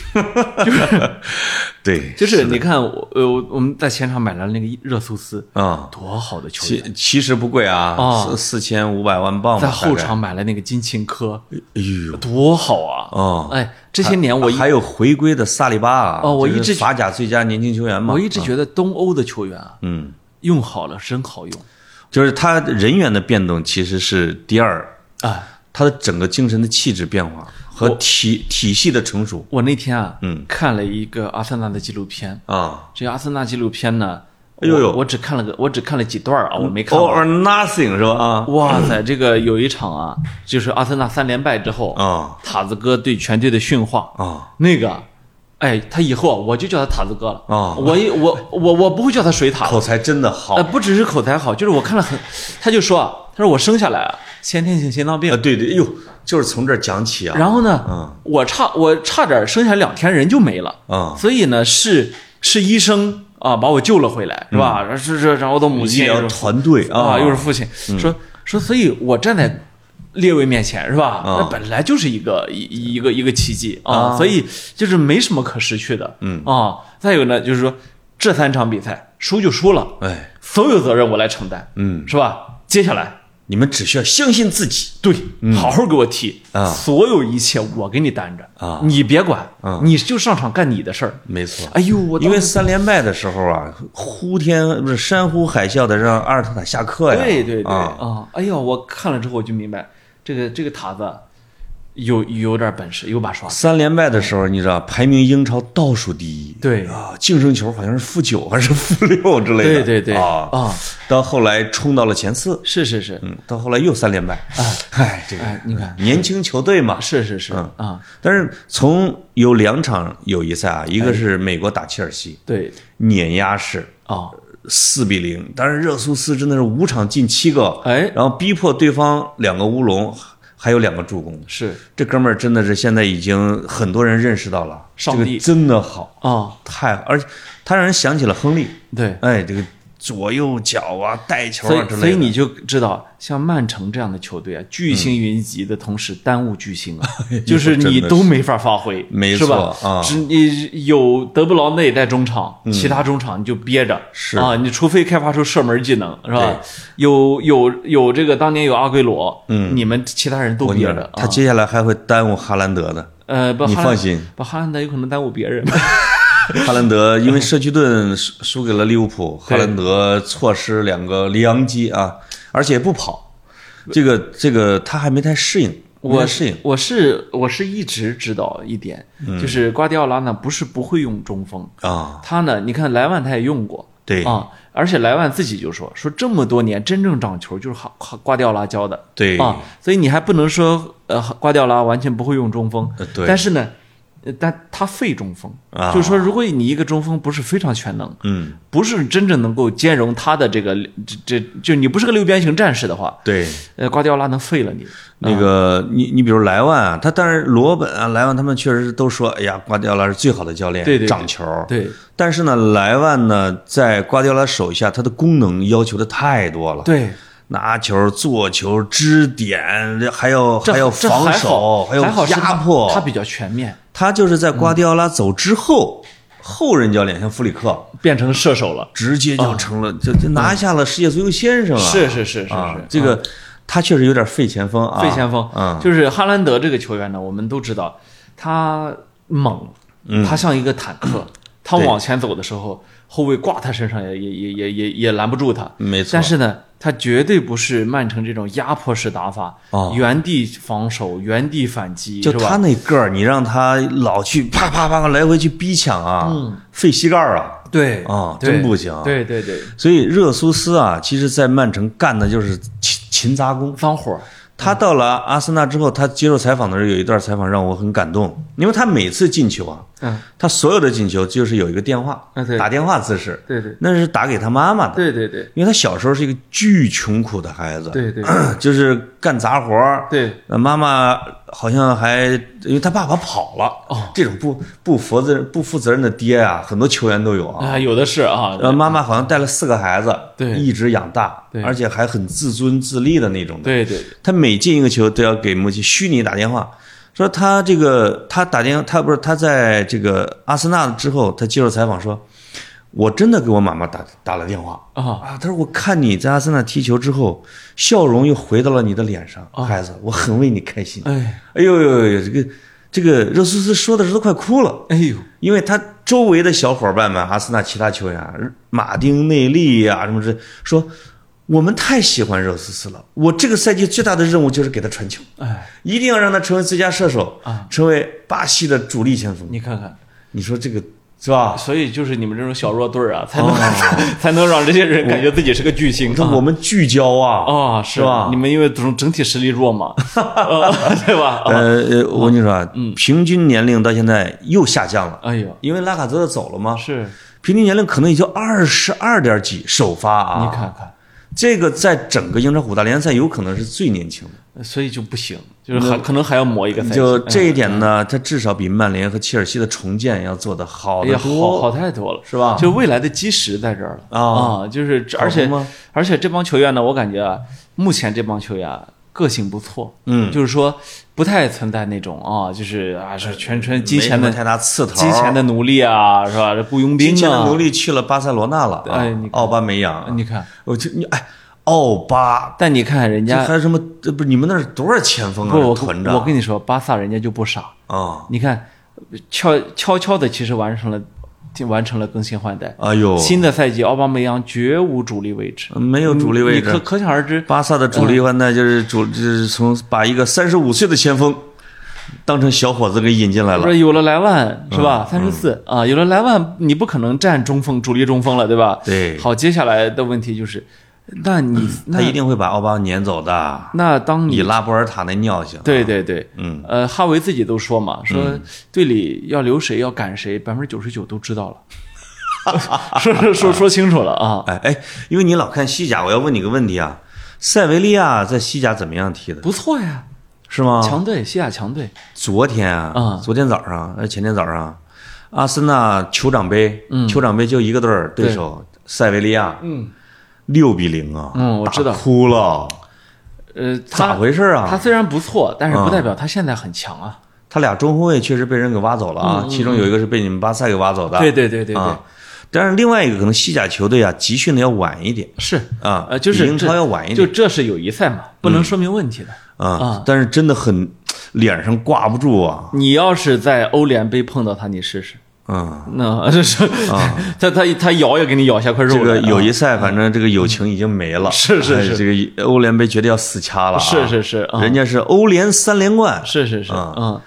Speaker 2: 对，
Speaker 1: 就是你看我呃我我们在前场买了那个热苏斯，
Speaker 2: 啊，
Speaker 1: 多好的球
Speaker 2: 其
Speaker 1: 员，
Speaker 2: 其实不贵啊，
Speaker 1: 哦
Speaker 2: 四四千五百万镑吧
Speaker 1: 在后，场
Speaker 2: 大
Speaker 1: 买了那个金琴科，
Speaker 2: 概哎呦，
Speaker 1: 多好啊！
Speaker 2: 哦
Speaker 1: 哎，这些年我一
Speaker 2: 还有回归的萨利巴啊，
Speaker 1: 哦我
Speaker 2: 就是
Speaker 1: 一直
Speaker 2: 法甲最佳年轻球员嘛，
Speaker 1: 我一直觉得东欧的球员啊，
Speaker 2: 嗯，
Speaker 1: 用好了真好用
Speaker 2: 就是他人员的变动其实是第二，
Speaker 1: 啊！
Speaker 2: 他的整个精神的气质变化和体体系的成熟
Speaker 1: 我那天啊，
Speaker 2: 嗯
Speaker 1: 看了一个阿森纳的纪录片，
Speaker 2: 啊
Speaker 1: 这个阿森纳纪录片呢，
Speaker 2: 哎呦呦
Speaker 1: 我我只看了个，我只看了几段啊，我没看
Speaker 2: ，all
Speaker 1: 完。
Speaker 2: or nothing 是吧？啊
Speaker 1: 哇塞，这个有一场啊，就是阿森纳三连败之后，
Speaker 2: 啊
Speaker 1: 塔子哥对全队的训话，
Speaker 2: 啊
Speaker 1: 那个，哎，他以后啊我就叫他塔子哥了
Speaker 2: 啊
Speaker 1: 我一我我我不会叫他水塔了，
Speaker 2: 口才真的好
Speaker 1: 呃，不只是口才好，就是我看了很，他就说啊，他说我生下来啊，先天性心脏病
Speaker 2: 啊，，对对，哟，就是从这儿讲起啊，
Speaker 1: 然后呢，
Speaker 2: 嗯
Speaker 1: 我差我差点生下两天人就没了，
Speaker 2: 嗯
Speaker 1: 所以呢是是医生啊把我救了回来，是吧？是是，然后我的母
Speaker 2: 嗯医
Speaker 1: 亲
Speaker 2: 疗
Speaker 1: 又是
Speaker 2: 团队啊
Speaker 1: 啊，又是父亲，说说，所以我站在列位面前是吧？
Speaker 2: 嗯
Speaker 1: 那本来就是一个一一个一个奇迹啊，所以就是没什么可失去的，嗯啊。再有呢，就是说这三场比赛输就输了，
Speaker 2: 哎，
Speaker 1: 所有责任我来承担，嗯，是吧？接下来
Speaker 2: 你们只需要相信自己，
Speaker 1: 对，好好给我踢
Speaker 2: 嗯啊
Speaker 1: 所有一切我给你担着
Speaker 2: 啊
Speaker 1: 你别管
Speaker 2: 啊嗯
Speaker 1: 你就上场干你的事儿。
Speaker 2: 没错。
Speaker 1: 哎呦，我
Speaker 2: 因为
Speaker 1: 当时
Speaker 2: 三连败的时候啊，呼天不是山呼海啸的让阿尔特塔下课呀，
Speaker 1: 对对对
Speaker 2: 啊，
Speaker 1: 啊，哎呀，我看了之后我就明白，这个这个塔子有有点本事，有把刷子。
Speaker 2: 三连败的时候，你知道排名英超倒数第一，
Speaker 1: 对
Speaker 2: 啊，净胜球好像是负九还是负六之类的，
Speaker 1: 对对对
Speaker 2: 啊
Speaker 1: 啊
Speaker 2: 到后来冲到了前四，
Speaker 1: 是是是，
Speaker 2: 嗯，到后来又三连败，
Speaker 1: 啊
Speaker 2: 哎，这个
Speaker 1: 哎，你看，
Speaker 2: 年轻球队嘛，
Speaker 1: 是是是
Speaker 2: 嗯
Speaker 1: 啊，
Speaker 2: 但是从有两场友谊赛啊，一
Speaker 1: 哎
Speaker 2: 个是美国打切尔西，
Speaker 1: 对
Speaker 2: 碾压式
Speaker 1: 啊，
Speaker 2: 四比零，但是热苏斯真的是五场进七个，
Speaker 1: 哎
Speaker 2: 然后逼迫对方两个乌龙，还有两个助攻，
Speaker 1: 是
Speaker 2: 这哥们儿真的是现在已经很多人认识到了，
Speaker 1: 上帝
Speaker 2: 这个真的好，
Speaker 1: 啊，
Speaker 2: 太而且他让人想起了亨利，
Speaker 1: 对，
Speaker 2: 哎，这个左右脚啊，带球
Speaker 1: 所
Speaker 2: 啊
Speaker 1: 以
Speaker 2: 之
Speaker 1: 所以
Speaker 2: 类的，
Speaker 1: 你就知道，像曼城这样的球队啊，巨星云集的同时耽误巨星 啊，
Speaker 2: 哎
Speaker 1: 就是你都没法发挥，
Speaker 2: 没
Speaker 1: 是吧
Speaker 2: 错啊嗯
Speaker 1: 只你有德布劳内在中场，其他中场你就憋着，
Speaker 2: 是
Speaker 1: 啊，你除非开发出射门技能，是吧
Speaker 2: 对？
Speaker 1: 有有有这个当年有阿圭罗，嗯，你们其他人都
Speaker 2: 我
Speaker 1: 憋
Speaker 2: 觉
Speaker 1: 着
Speaker 2: 得，
Speaker 1: 啊
Speaker 2: 他接下来还会耽误哈兰德的。
Speaker 1: 呃，把
Speaker 2: 你
Speaker 1: 哈兰
Speaker 2: 放心，
Speaker 1: 把哈兰德有可能耽误别 人，
Speaker 2: 哈兰德因为社区盾输输给了利物浦，哈兰德错失两个良机啊，而且不跑，这个这个他还没太适应，没
Speaker 1: 我
Speaker 2: 太适应，
Speaker 1: 我是我是一直知道一点，
Speaker 2: 嗯
Speaker 1: 就是瓜迪奥拉呢不是不会用中锋
Speaker 2: 啊，
Speaker 1: 他呢，你看莱万他也用过，
Speaker 2: 对
Speaker 1: 啊，而且莱万自己就说说这么多年真正掌球就是哈哈瓜迪奥拉教的，啊
Speaker 2: 对
Speaker 1: 啊，所以你还不能说呃瓜迪奥拉完全不会用中锋
Speaker 2: 呃，对
Speaker 1: 但是呢，呃但他非中锋，
Speaker 2: 啊
Speaker 1: 就是说，如果你一个中锋不是非常全能，
Speaker 2: 嗯，
Speaker 1: 不是真正能够兼容他的这个这这，就你不是个六边形战士的话，
Speaker 2: 对，
Speaker 1: 呃，瓜迪奥拉能废了你。
Speaker 2: 那个你你比如莱万啊，他但是罗本啊、莱万他们确实都说，哎呀，瓜迪奥拉是最好的教练，
Speaker 1: 对对对
Speaker 2: 掌球。
Speaker 1: 对
Speaker 2: 但是呢，莱万呢，在瓜迪奥拉手下，他的功能要求的太多了，
Speaker 1: 对，
Speaker 2: 拿球、做球、支点，还要
Speaker 1: 这
Speaker 2: 还要
Speaker 1: 这
Speaker 2: 防
Speaker 1: 还
Speaker 2: 守，
Speaker 1: 好
Speaker 2: 还
Speaker 1: 还好
Speaker 2: 有
Speaker 1: 是
Speaker 2: 压
Speaker 1: 他
Speaker 2: 迫。
Speaker 1: 他比较全面，
Speaker 2: 他就是在瓜迪奥拉走之后，
Speaker 1: 嗯
Speaker 2: 后任教练像弗里克，
Speaker 1: 变成射手了。
Speaker 2: 直接就成了，就就拿下了世界足球先生啊！
Speaker 1: 啊是是是是
Speaker 2: 啊
Speaker 1: 是，
Speaker 2: 这个他确实有点废前锋啊，
Speaker 1: 废前锋，
Speaker 2: 嗯，
Speaker 1: 就是哈兰德这个球员呢，我们都知道他猛，
Speaker 2: 嗯
Speaker 1: 他像一个坦 克，他
Speaker 2: 对
Speaker 1: 往前走的时候，后卫挂他身上也也也也也也拦不住他。
Speaker 2: 嗯没错
Speaker 1: 但是呢，他绝对不是曼城这种压迫式打法，
Speaker 2: 哦
Speaker 1: 原地防守、原地反击，
Speaker 2: 就是他
Speaker 1: 吧？
Speaker 2: 那个儿，你让他老去啪啪啪来回去逼抢
Speaker 1: 嗯
Speaker 2: 啊，费膝盖儿啊！
Speaker 1: 对
Speaker 2: 啊
Speaker 1: 对
Speaker 2: 真不行
Speaker 1: 对对对，
Speaker 2: 所以热苏斯啊，其实在曼城干的就是勤勤杂工。
Speaker 1: 脏活儿
Speaker 2: 他到了阿森纳之后，他接受采访的时候有一段采访让我很感动，因为他每次进球啊，
Speaker 1: 嗯，
Speaker 2: 他所有的进球就是有一个电话
Speaker 1: 啊对，
Speaker 2: 打电话姿势，
Speaker 1: 对对
Speaker 2: 那是打给他妈妈的，
Speaker 1: 对对对
Speaker 2: 因为他小时候是一个巨穷苦的孩子，
Speaker 1: 对对
Speaker 2: 就是干杂活儿。
Speaker 1: 对，
Speaker 2: 呃妈妈好像还因为他爸爸跑了，哦，这种不不负责不负责任的爹啊，很多球员都有啊。
Speaker 1: 啊，有的是啊，
Speaker 2: 呃，妈妈好像带了四个孩子，
Speaker 1: 对
Speaker 2: 一直养大，
Speaker 1: 对
Speaker 2: 而且还很自尊自立的那种的。
Speaker 1: 对对
Speaker 2: 他每进一个球都要给母亲虚拟打电话，说他这个他打电他不是他在这个阿森纳之后，他接受采访说，我真的给我妈妈打打了电话
Speaker 1: 啊
Speaker 2: 啊，他说我看你在阿森纳踢球之后，笑容又回到了你的脸上，孩子，我很为你开心。
Speaker 1: 哎
Speaker 2: 哎呦呦呦呦，这个这个热苏斯说的时候都快哭了。
Speaker 1: 哎呦，
Speaker 2: 因为他周围的小伙伴们，阿森纳其他球员啊，马丁内利呀、什么这说，我们太喜欢热苏斯了。我这个赛季最大的任务就是给他传球，
Speaker 1: 哎，
Speaker 2: 一定要让他成为最佳射手
Speaker 1: 啊，
Speaker 2: 成为巴西的主力前锋。
Speaker 1: 你看看。
Speaker 2: 你说这个是吧？
Speaker 1: 所以就是你们这种小弱队儿啊，才能、 才能让这些人感觉自己是个巨星。
Speaker 2: 那哦我们聚焦啊，
Speaker 1: 啊、是
Speaker 2: 吧
Speaker 1: 你们因为总整体实力弱 嘛，呃对吧？啊
Speaker 2: 呃呃，我跟你说啊，
Speaker 1: 嗯
Speaker 2: 平均年龄到现在又下降了，
Speaker 1: 哎呦，
Speaker 2: 因为拉卡泽特走了嘛，
Speaker 1: 是
Speaker 2: 平均年龄可能也就二十二点几首发啊。
Speaker 1: 你看看，
Speaker 2: 这个在整个英超五大联赛有可能是最年轻的。
Speaker 1: 呃所以就不行，就是还可能还要磨一个赛季。哎
Speaker 2: 就这一点呢，他至少比曼联和切尔西的重建要做得好
Speaker 1: 哎
Speaker 2: 得
Speaker 1: 呀，好好
Speaker 2: 多。
Speaker 1: 太多了，
Speaker 2: 是吧
Speaker 1: 就未来的基石在这儿了
Speaker 2: 啊
Speaker 1: 就是这而且
Speaker 2: 好吗
Speaker 1: 而且这帮球员呢，我感觉啊，目前这帮球员啊个性不错，
Speaker 2: 嗯
Speaker 1: 就是说不太存在那种啊，就是啊是全纯金钱
Speaker 2: 嗯没什
Speaker 1: 的
Speaker 2: 么太大刺头，
Speaker 1: 金钱的奴隶啊，是吧？这雇佣兵啊，
Speaker 2: 金钱的奴隶去了巴塞罗那了啊，
Speaker 1: 哎你看
Speaker 2: 奥巴梅扬，
Speaker 1: 你看，
Speaker 2: 我就你哎，奥巴，
Speaker 1: 但你看人
Speaker 2: 这还
Speaker 1: 家
Speaker 2: 有什么？这不是你们那儿多少前锋
Speaker 1: 不，
Speaker 2: 啊？
Speaker 1: 我
Speaker 2: 囤着
Speaker 1: 我跟你说，巴萨人家就不傻。
Speaker 2: 啊，
Speaker 1: 你看，悄悄悄的，其实完成了，完成了更新换代。
Speaker 2: 哎呦，
Speaker 1: 新的赛季，奥巴梅扬绝无主力位置，
Speaker 2: 没有主力位
Speaker 1: 你可
Speaker 2: 置。
Speaker 1: 可想而知。
Speaker 2: 巴萨的主力换代就是主，就是从把一个三十五岁的前锋当成小伙子给引进来
Speaker 1: 不
Speaker 2: 了。
Speaker 1: 是有了莱万是
Speaker 2: 嗯
Speaker 1: 吧？三十四啊，有了莱万，你不可能站中锋主力中锋了，对吧？
Speaker 2: 对
Speaker 1: 好，接下来的问题就是，那你
Speaker 2: 他一
Speaker 1: 那
Speaker 2: 定会把奥巴撵走的。
Speaker 1: 那当
Speaker 2: 以
Speaker 1: 你
Speaker 2: 拉波尔塔那尿性，，
Speaker 1: 对对对，
Speaker 2: 嗯，
Speaker 1: 呃，哈维自己都说嘛，说队里要留谁要赶谁，百分之九十九都知道了， 说说说说清楚了啊。
Speaker 2: 哎哎，因为你老看西甲，我要问你个问题啊，塞维利亚在西甲怎么样踢的？
Speaker 1: 不错呀，
Speaker 2: 是吗？
Speaker 1: 强队，西甲强队，
Speaker 2: 昨天啊，
Speaker 1: 啊
Speaker 2: 昨天早上还是前天早上，阿森纳酋长杯，酋长杯就一个队儿对手塞维利亚，
Speaker 1: 嗯，
Speaker 2: 六比零啊，
Speaker 1: 嗯我知道
Speaker 2: 打哭了，
Speaker 1: 呃，
Speaker 2: 咋
Speaker 1: 他
Speaker 2: 回事
Speaker 1: 他
Speaker 2: 啊？
Speaker 1: 虽然不错，但是
Speaker 2: 啊
Speaker 1: 不代表他现在很强啊。
Speaker 2: 他俩中后卫确实被人给挖走了啊，其中有一个是被你们巴萨给挖走的，
Speaker 1: 嗯对对对对对
Speaker 2: 啊，，但是另外一个可能西甲球队啊集训的要晚一点
Speaker 1: 是，
Speaker 2: 啊，
Speaker 1: 呃，就是
Speaker 2: 比英超
Speaker 1: 这
Speaker 2: 要晚一点嗯
Speaker 1: 就，这是友谊赛嘛，不能说明问题的。
Speaker 2: 啊，但是真的很脸上挂不住啊，
Speaker 1: 你要是在欧联杯碰到他，你试试，
Speaker 2: 嗯，
Speaker 1: 那 这是他他他咬也给你咬下块肉
Speaker 2: 这
Speaker 1: 来
Speaker 2: 个
Speaker 1: 啊嗯
Speaker 2: 友谊赛，反正这个友情已经没了，
Speaker 1: 是是是
Speaker 2: 哎这个欧联杯绝对要死掐了啊，
Speaker 1: 是是是啊
Speaker 2: 人家是欧联三连冠，
Speaker 1: 是是是，
Speaker 2: 啊
Speaker 1: 嗯，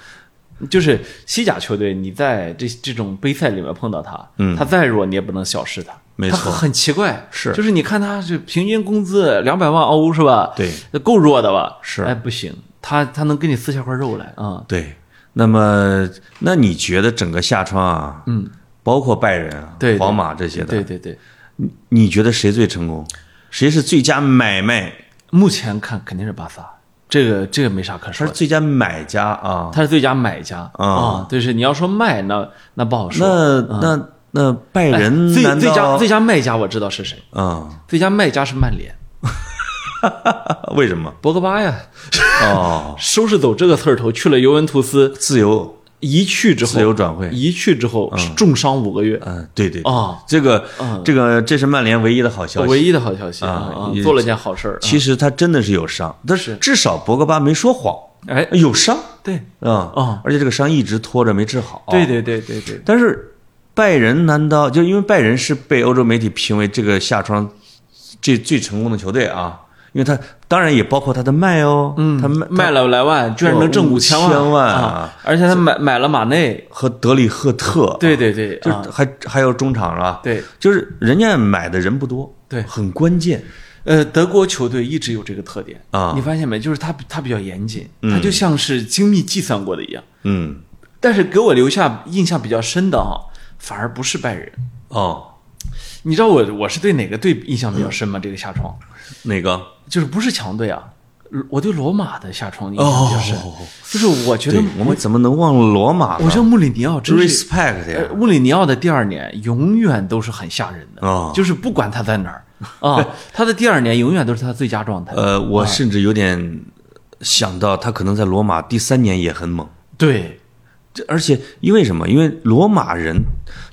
Speaker 1: 就是西甲球队，你在这这种杯赛里面碰到他，嗯，他再弱你也不能小视他，
Speaker 2: 没错
Speaker 1: 他很奇怪，
Speaker 2: 是
Speaker 1: 就是你看他是平均工资两百万欧是吧？
Speaker 2: 对，
Speaker 1: 够弱的吧？
Speaker 2: 是
Speaker 1: 哎，不行，他他能跟你撕下块肉来啊、
Speaker 2: 对，那么，那你觉得整个夏窗啊，
Speaker 1: 嗯，
Speaker 2: 包括拜仁啊、
Speaker 1: 对对
Speaker 2: 皇马这些的，
Speaker 1: 对对对，
Speaker 2: 你你觉得谁最成功？谁是最佳买卖？
Speaker 1: 目前看肯定是巴萨，这个这个没啥可
Speaker 2: 他
Speaker 1: 说
Speaker 2: 是
Speaker 1: 的，
Speaker 2: 最佳买家啊？
Speaker 1: 他是最佳买家啊、
Speaker 2: 啊
Speaker 1: 对，是你要说卖那那不好说。嗯哎
Speaker 2: 那那那拜仁
Speaker 1: 最
Speaker 2: 难
Speaker 1: 最佳
Speaker 2: 道
Speaker 1: 最佳卖家我知道是谁，
Speaker 2: 啊？
Speaker 1: 最佳卖家是曼联，
Speaker 2: 为什么？
Speaker 1: 博格巴呀，
Speaker 2: 哦，
Speaker 1: 收拾走这个刺儿头去了尤文图斯，
Speaker 2: 自由
Speaker 1: 一去之后
Speaker 2: 自由转会，
Speaker 1: 一去之后重伤五个月，
Speaker 2: 嗯，对对
Speaker 1: 啊，
Speaker 2: 这个这个这是曼联唯一的好消息。
Speaker 1: 唯一的好消息
Speaker 2: 啊
Speaker 1: 啊
Speaker 2: 也，
Speaker 1: 做了件好事儿。
Speaker 2: 其实他真的是有伤，但是至少博格巴没说谎，
Speaker 1: 哎，
Speaker 2: 有伤
Speaker 1: 对，
Speaker 2: 啊
Speaker 1: 啊
Speaker 2: 而且这个伤一直拖着没治好。
Speaker 1: 对对对对对，
Speaker 2: 但是拜仁难道就因为拜仁是被欧洲媒体评为这个夏窗最最成功的球队啊？因为他当然也包括他的卖哦，嗯，他卖
Speaker 1: 卖
Speaker 2: 了
Speaker 1: 了莱万，居然能挣
Speaker 2: 五
Speaker 1: 哦五千
Speaker 2: 千万
Speaker 1: 啊
Speaker 2: 啊！
Speaker 1: 而且他买买了马内，
Speaker 2: 和德里赫特，
Speaker 1: 对，对对，
Speaker 2: 就
Speaker 1: 啊，
Speaker 2: 还还有中场了，，
Speaker 1: 对，
Speaker 2: 就是人家买的人不多，
Speaker 1: 对
Speaker 2: 很关键，
Speaker 1: 呃，德国球队一直有这个特点
Speaker 2: 啊
Speaker 1: 你发现没？就是他他比较严谨，他就像是精密计算过的一样。
Speaker 2: 嗯，
Speaker 1: 但是给我留下印象比较深的哈，反而不是拜仁。
Speaker 2: 哦，
Speaker 1: 你知道我我是对哪个队印象比较深吗？这个夏窗
Speaker 2: 哪个？
Speaker 1: 就是不是强队啊，我对罗马的夏窗印象比较深，
Speaker 2: 哦
Speaker 1: 就是我觉得
Speaker 2: 对，我们怎么能忘了罗马呢？
Speaker 1: 我觉得穆里尼奥真是
Speaker 2: respect 呀
Speaker 1: 呃，穆里尼奥的第二年永远都是很吓人的，
Speaker 2: 哦
Speaker 1: 就是不管他在哪 儿啊，他的第二年永远都是他最佳状态。
Speaker 2: 呃，我甚至有点想到他可能在罗马第三年也很猛，
Speaker 1: 对，
Speaker 2: 这而且因为什么？因为罗马人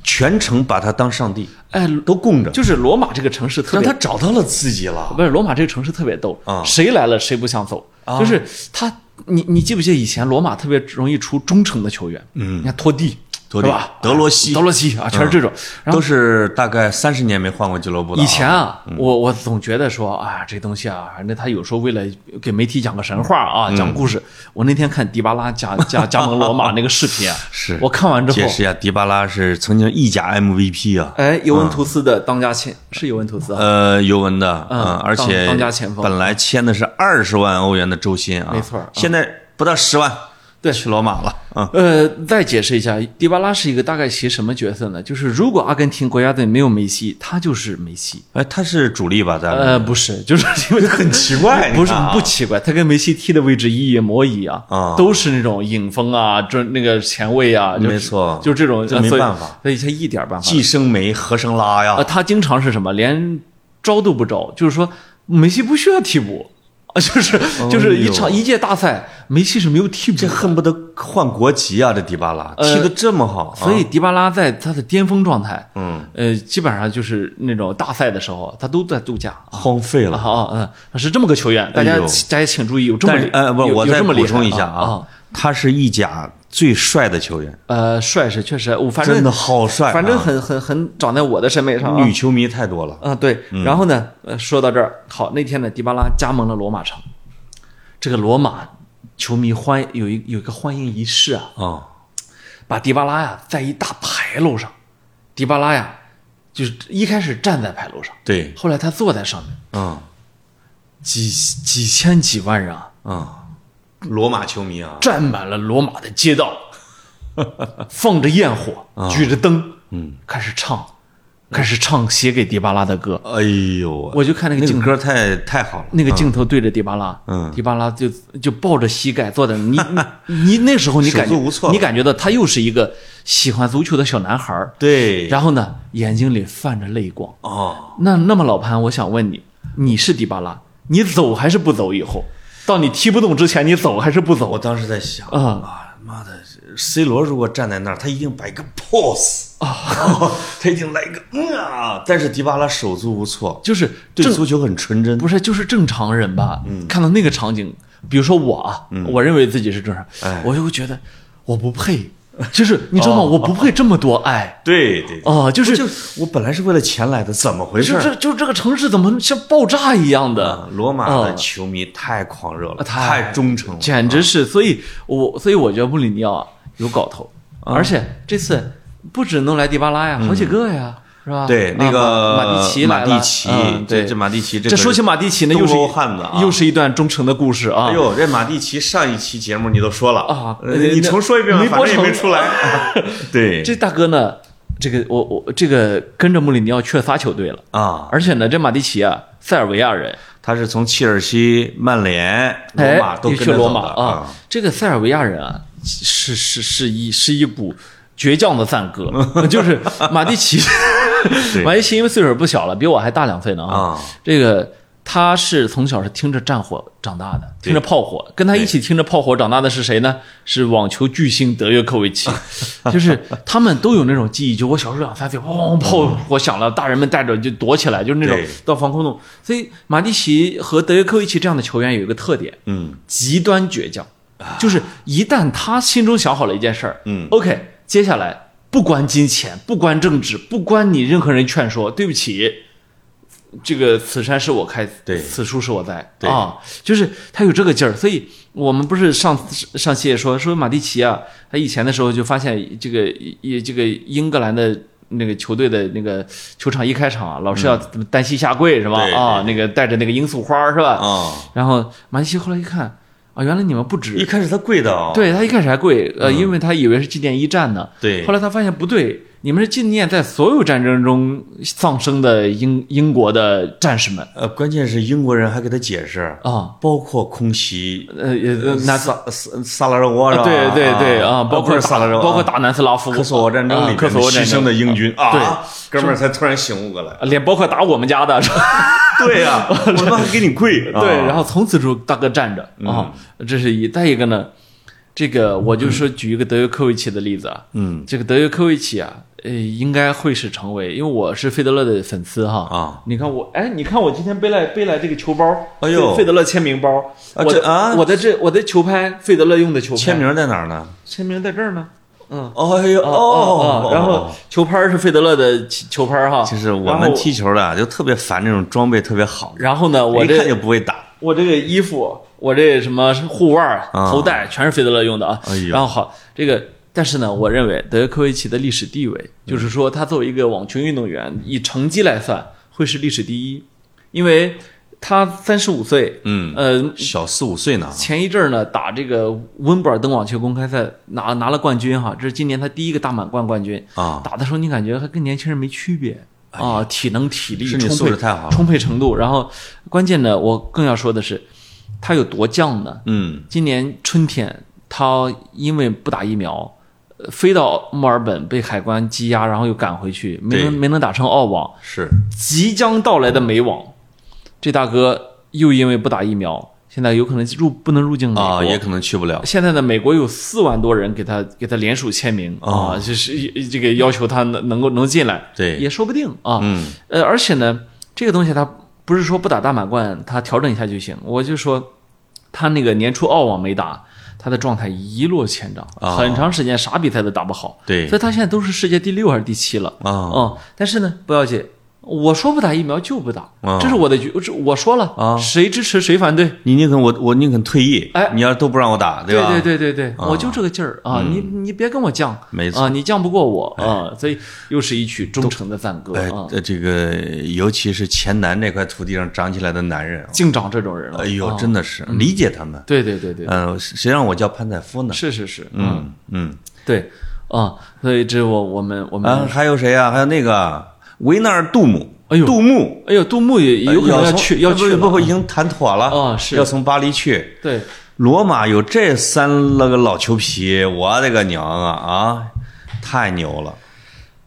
Speaker 2: 全程把他当上帝，
Speaker 1: 哎，
Speaker 2: 都供着，
Speaker 1: 就是罗马这个城市特
Speaker 2: 让
Speaker 1: 别
Speaker 2: 他，找到了自己了。
Speaker 1: 不是罗马这个城市特别逗，
Speaker 2: 啊
Speaker 1: 谁来了谁不想走，就是他，你你记不记得以前罗马特别容易出忠诚的球员？嗯，你看托蒂，
Speaker 2: 托蒂
Speaker 1: 是吧？
Speaker 2: 德罗西
Speaker 1: 德罗西啊，全是这种，然后。
Speaker 2: 都是大概三十年没换过俱乐部了啊。
Speaker 1: 以前啊，我我总觉得说啊，这东西啊，反正他有时候为了给媒体讲个神话啊，讲
Speaker 2: 嗯
Speaker 1: 故事。我那天看迪巴拉加加加盟罗马那个视频啊，
Speaker 2: 是
Speaker 1: 我看完之
Speaker 2: 解
Speaker 1: 后，
Speaker 2: 释一下，迪巴拉是曾经意甲 MVP 啊，
Speaker 1: 哎，尤文图斯的当家签是尤文图斯啊，
Speaker 2: 呃，尤文的，嗯，而
Speaker 1: 当
Speaker 2: 且
Speaker 1: 当家前锋
Speaker 2: 本来签的是二十万欧元的周薪啊，
Speaker 1: 没错啊
Speaker 2: 现在不到十万，
Speaker 1: 对
Speaker 2: 去罗马了，嗯，
Speaker 1: 呃，再解释一下，迪巴拉是一个大概其什么角色呢？就是如果阿根廷国家队没有梅西，他就是梅西。
Speaker 2: 哎，他是主力吧？咱们
Speaker 1: 呃，不是，就是因为很
Speaker 2: 奇怪
Speaker 1: 不是
Speaker 2: 你看啊
Speaker 1: 不奇怪，他跟梅西踢的位置一一模一样
Speaker 2: 啊
Speaker 1: 都是那种影锋啊，这那个前卫啊，就是
Speaker 2: 没错
Speaker 1: 就是这种，
Speaker 2: 这
Speaker 1: 呃
Speaker 2: 没
Speaker 1: 所以
Speaker 2: 办法
Speaker 1: 所以他一点办法
Speaker 2: 既生梅何生拉呀
Speaker 1: 啊，，他经常是什么，连招都不招，就是说梅西不需要替补 啊，就是就是一场一届大赛，梅西是没有替补
Speaker 2: 这
Speaker 1: 的，
Speaker 2: 恨不得换国籍啊！这迪巴拉
Speaker 1: 呃
Speaker 2: 踢得这么好，
Speaker 1: 所
Speaker 2: 啊
Speaker 1: 以迪巴拉在他的巅峰状态，
Speaker 2: 嗯，
Speaker 1: 呃，基本上就是那种大赛的时候，他都在度假。
Speaker 2: 荒废
Speaker 1: 啊
Speaker 2: 了。
Speaker 1: 啊，嗯，他是这么个球员，大家
Speaker 2: 哎呦
Speaker 1: 大家请注意，有这么
Speaker 2: 但是呃，不，
Speaker 1: 有
Speaker 2: 我
Speaker 1: 有
Speaker 2: 再
Speaker 1: 这么厉
Speaker 2: 补
Speaker 1: 害
Speaker 2: 充一下
Speaker 1: 啊
Speaker 2: 啊，，他是意甲最帅的球员，
Speaker 1: 呃，帅是确实，我反正
Speaker 2: 真的好帅啊，
Speaker 1: 反正很很很长在我的审美上啊
Speaker 2: 女嗯球迷太多了。
Speaker 1: 啊对，然后呢，呃，说到这儿，好，那天呢，迪巴拉加盟了罗马城，这个罗马球迷欢有一有一个欢迎仪式啊，
Speaker 2: 啊，
Speaker 1: 把迪巴拉呀在一大牌楼上，迪巴拉呀就是一开始站在牌楼上，
Speaker 2: 对，
Speaker 1: 后来他坐在上面，
Speaker 2: 嗯
Speaker 1: 几几千几万人啊，
Speaker 2: 嗯，罗马球迷啊，
Speaker 1: 站满了罗马的街道，放着焰火，
Speaker 2: 啊
Speaker 1: 举着灯，嗯，开始唱，开始唱写给迪巴拉的歌。
Speaker 2: 哎呦，
Speaker 1: 我就看那个
Speaker 2: 那
Speaker 1: 镜
Speaker 2: 个
Speaker 1: 头，
Speaker 2: 歌太太好了，
Speaker 1: 那个镜头对着迪巴拉，
Speaker 2: 嗯
Speaker 1: 迪巴拉就就抱着膝盖坐在那，你你 你那时候你感觉
Speaker 2: 手足无措
Speaker 1: 你感觉到他又是一个喜欢足球的小男孩儿
Speaker 2: 对，
Speaker 1: 然后呢，眼睛里泛着泪光。
Speaker 2: 哦，
Speaker 1: 那那么老潘，我想问你，你是迪巴拉，你走还是不走？以后到你踢不动之前，你走还是不走
Speaker 2: 我？当时在想
Speaker 1: 啊
Speaker 2: 啊，妈的，C 罗如果站在那儿，他一定摆一个 pose 啊， 他一定来一个嗯啊，但是迪巴拉手足无措，
Speaker 1: 就是
Speaker 2: 对
Speaker 1: 正
Speaker 2: 足球很纯真，
Speaker 1: 不是，就是正常人吧？
Speaker 2: 嗯
Speaker 1: 看到那个场景，比如说我啊，我认为自己是正常，
Speaker 2: 哎
Speaker 1: 我就会觉得我不配。就是你知道吗？我不配这么多爱
Speaker 2: 对对，对
Speaker 1: 啊！就是
Speaker 2: 就我本来哦是为了钱来的，怎么回事
Speaker 1: 就
Speaker 2: 儿？
Speaker 1: 这就这个城市怎么像爆炸一样
Speaker 2: 啊
Speaker 1: 的？
Speaker 2: 罗马的
Speaker 1: 啊
Speaker 2: 球迷太狂热了，
Speaker 1: 太
Speaker 2: 太忠诚了，
Speaker 1: 简直是！所以我所以我觉得穆
Speaker 2: 嗯
Speaker 1: 里尼奥啊有搞头，而且这次不只弄来迪巴拉呀，好几个呀。是吧？
Speaker 2: 对，那个
Speaker 1: 啊马蒂奇来
Speaker 2: 马
Speaker 1: 了，
Speaker 2: 蒂奇
Speaker 1: 嗯，
Speaker 2: 这
Speaker 1: 对，
Speaker 2: 这马蒂奇，
Speaker 1: 这说起马蒂奇呢，又是一
Speaker 2: 东欧汉子啊
Speaker 1: 又是一段忠诚的故事啊。
Speaker 2: 哎呦，这马蒂奇上一期节目你都说了
Speaker 1: 啊
Speaker 2: 呃你重说一遍吧，
Speaker 1: 没
Speaker 2: 反
Speaker 1: 播
Speaker 2: 正也没
Speaker 1: 成
Speaker 2: 出来。 对，
Speaker 1: 这大哥呢，这个我我这个跟着穆里尼奥去了仨球队了，
Speaker 2: 啊，
Speaker 1: 而且呢，这马蒂奇啊，塞尔维亚人，
Speaker 2: 他是从切尔西、曼联、罗
Speaker 1: 哎
Speaker 2: 马，都跟
Speaker 1: 去
Speaker 2: 着
Speaker 1: 罗
Speaker 2: 走
Speaker 1: 马
Speaker 2: 的
Speaker 1: 啊，这个塞尔维亚人啊，是是是一是一股倔强的赞 歌，就是马蒂奇，马蒂奇因为岁数不小了，比我还大两岁呢
Speaker 2: 啊
Speaker 1: 这个。他是从小是听着战火长大的，听着炮火。跟他一起听着炮火长大的是谁呢？是网球巨星德约科维 奇。就是他们都有那种记忆，就我小时候两三岁，轰轰炮火响了，大人们带着就躲起来，就是那种
Speaker 2: 对
Speaker 1: 到防空洞。所以马蒂奇和德约科维奇这样的球员有一个特点，
Speaker 2: 嗯，
Speaker 1: 极端倔强，就是一旦他心中想好了一件事儿，
Speaker 2: 啊嗯
Speaker 1: ，OK，接下来不关金钱，不关政治，不关你任何人劝说，对不起，这个此山是我开，
Speaker 2: 对
Speaker 1: 此树是我栽
Speaker 2: 对
Speaker 1: 啊，就是他有这个劲儿，所以我们不是上上期也说说马蒂奇啊，他以前的时候就发现这个也这个英格兰的。那个球队的那个球场一开场啊，老是要单膝下跪是吧？
Speaker 2: 嗯对
Speaker 1: 啊，那个带着那个罂粟花儿是吧？
Speaker 2: 啊，
Speaker 1: 然后马西后来一看，啊，原来你们不
Speaker 2: 一
Speaker 1: 止，
Speaker 2: 开始他跪的哦，
Speaker 1: 对他一开始还跪，呃，因为他以为是纪念一战呢。
Speaker 2: 对
Speaker 1: 后来他发现不对，你们是纪念在所有战争中丧生的英英国的战士们
Speaker 2: 呃，关键是英国人还给他解释，
Speaker 1: 啊，
Speaker 2: 包括空袭，
Speaker 1: 呃，也呃
Speaker 2: 那
Speaker 1: 南斯，
Speaker 2: 萨萨萨拉热窝是吧？
Speaker 1: 对对对
Speaker 2: 啊，
Speaker 1: 啊，包
Speaker 2: 不
Speaker 1: 括
Speaker 2: 是萨拉热窝，
Speaker 1: 包括打南斯拉夫
Speaker 2: 科索沃战争里
Speaker 1: 啊
Speaker 2: 面
Speaker 1: 科索沃战
Speaker 2: 牺牲
Speaker 1: 争
Speaker 2: 的英，军
Speaker 1: 对
Speaker 2: 啊，哥们儿才突然醒悟过 来。
Speaker 1: 啊连包括打我们家 的，是吧
Speaker 2: 对呀， 我他妈还给你跪。
Speaker 1: 对，
Speaker 2: 啊嗯
Speaker 1: 然后从此就大哥站着啊，这是一。再一个呢，这个我就说举一个德约科维奇的例子啊，
Speaker 2: 嗯
Speaker 1: 这个德约科维奇啊，呃，应该会是成为，因为我是费德勒的粉丝哈
Speaker 2: 啊。
Speaker 1: 你看我，哎，你看我今天背来背来这个球包，
Speaker 2: 哎呦
Speaker 1: 费德勒签名包，
Speaker 2: 啊
Speaker 1: 我
Speaker 2: 这
Speaker 1: 的
Speaker 2: 啊
Speaker 1: 我的这我的球拍，费德勒用的球拍，
Speaker 2: 签名在哪儿呢？
Speaker 1: 签名在这儿呢，嗯。
Speaker 2: 哎呦
Speaker 1: 哦，然后球拍是费德勒的球球拍哈，
Speaker 2: 就是我
Speaker 1: 然
Speaker 2: 们
Speaker 1: 后
Speaker 2: 踢球的啊就特别烦这种装备特别好的，
Speaker 1: 然后呢，我
Speaker 2: 一
Speaker 1: 这
Speaker 2: 哎看就不会打。
Speaker 1: 我这个衣服，我这什么护腕儿、
Speaker 2: 啊
Speaker 1: 头带，全是费德勒用的啊。
Speaker 2: 哎呦
Speaker 1: 然后好，这个但是呢，我认为德约科维奇的历史地位，就是说他作为一个网球运动员，以成绩来算，会是历史第一，因为他三十五岁，
Speaker 2: 嗯，
Speaker 1: 呃，
Speaker 2: 小四五岁呢，
Speaker 1: 前一阵儿呢打这个温布尔登网球公开赛拿拿了冠军哈，这是今年他第一个大满贯冠军
Speaker 2: 啊哎
Speaker 1: 打的时候你感觉还跟年轻人没区别啊，体能体力
Speaker 2: 是你
Speaker 1: 充
Speaker 2: 素
Speaker 1: 沛
Speaker 2: 质太好了
Speaker 1: 充沛程度。然后关键呢，我更要说的是，他有多犟呢？
Speaker 2: 嗯，
Speaker 1: 今年春天他因为不打疫苗，呃飞到墨尔本被海关羁押，然后又赶回去，没
Speaker 2: 对
Speaker 1: 能没能打成澳网。
Speaker 2: 是
Speaker 1: 即将到来的美网，这大哥又因为不打疫苗，现在有可能入不能入境美国。
Speaker 2: 啊，也可能去不了。
Speaker 1: 现在呢，美国有四万多人给他给他联署签名、
Speaker 2: 哦
Speaker 1: 啊，就是这个要求他能能够能进来，
Speaker 2: 对
Speaker 1: 也说不定啊。
Speaker 2: 嗯，
Speaker 1: 呃，而且呢，这个东西他不是说不打大满贯，他调整一下就行。我就说，他那个年初澳网没打，他的状态一落千丈，
Speaker 2: 啊
Speaker 1: 很长时间啥比赛都打不好。
Speaker 2: 对
Speaker 1: 所以他现在都是世界第六还是第七了。
Speaker 2: 啊
Speaker 1: 嗯，但是呢，不要紧，我说不打疫苗就不打，
Speaker 2: 啊
Speaker 1: 这是我的决，这我说了，
Speaker 2: 啊
Speaker 1: 谁支持谁反对。
Speaker 2: 你宁肯我我宁肯退役，
Speaker 1: 哎
Speaker 2: 你要是都不让我打，
Speaker 1: 对
Speaker 2: 吧？
Speaker 1: 对对对对，我就这个劲儿啊！你你别跟我犟，
Speaker 2: 没错
Speaker 1: 啊，你犟不过我啊！所以又是一曲忠诚的赞歌
Speaker 2: 哎
Speaker 1: 啊，，
Speaker 2: 呃这个尤其是前南这块土地上长起来的男人啊，
Speaker 1: 净长这种人了
Speaker 2: 哎。呦，真的是理解他们。
Speaker 1: 对对对哦嗯对，
Speaker 2: 嗯，谁让我叫潘采夫呢？
Speaker 1: 是是是，嗯，
Speaker 2: 嗯嗯
Speaker 1: 对啊，所以这我我们我
Speaker 2: 啊，
Speaker 1: 们，
Speaker 2: 还有谁啊？还有那个维纳尔杜姆，
Speaker 1: 嗯哎呦
Speaker 2: 杜穆
Speaker 1: 哎呦，杜牧也有可能要去
Speaker 2: 要
Speaker 1: 要
Speaker 2: 从
Speaker 1: 去
Speaker 2: 不不
Speaker 1: 了，
Speaker 2: 不，已经谈妥了
Speaker 1: 啊是
Speaker 2: 要从巴黎去。
Speaker 1: 对，
Speaker 2: 罗马有这三那个老球皮，我的个娘啊啊，太牛了，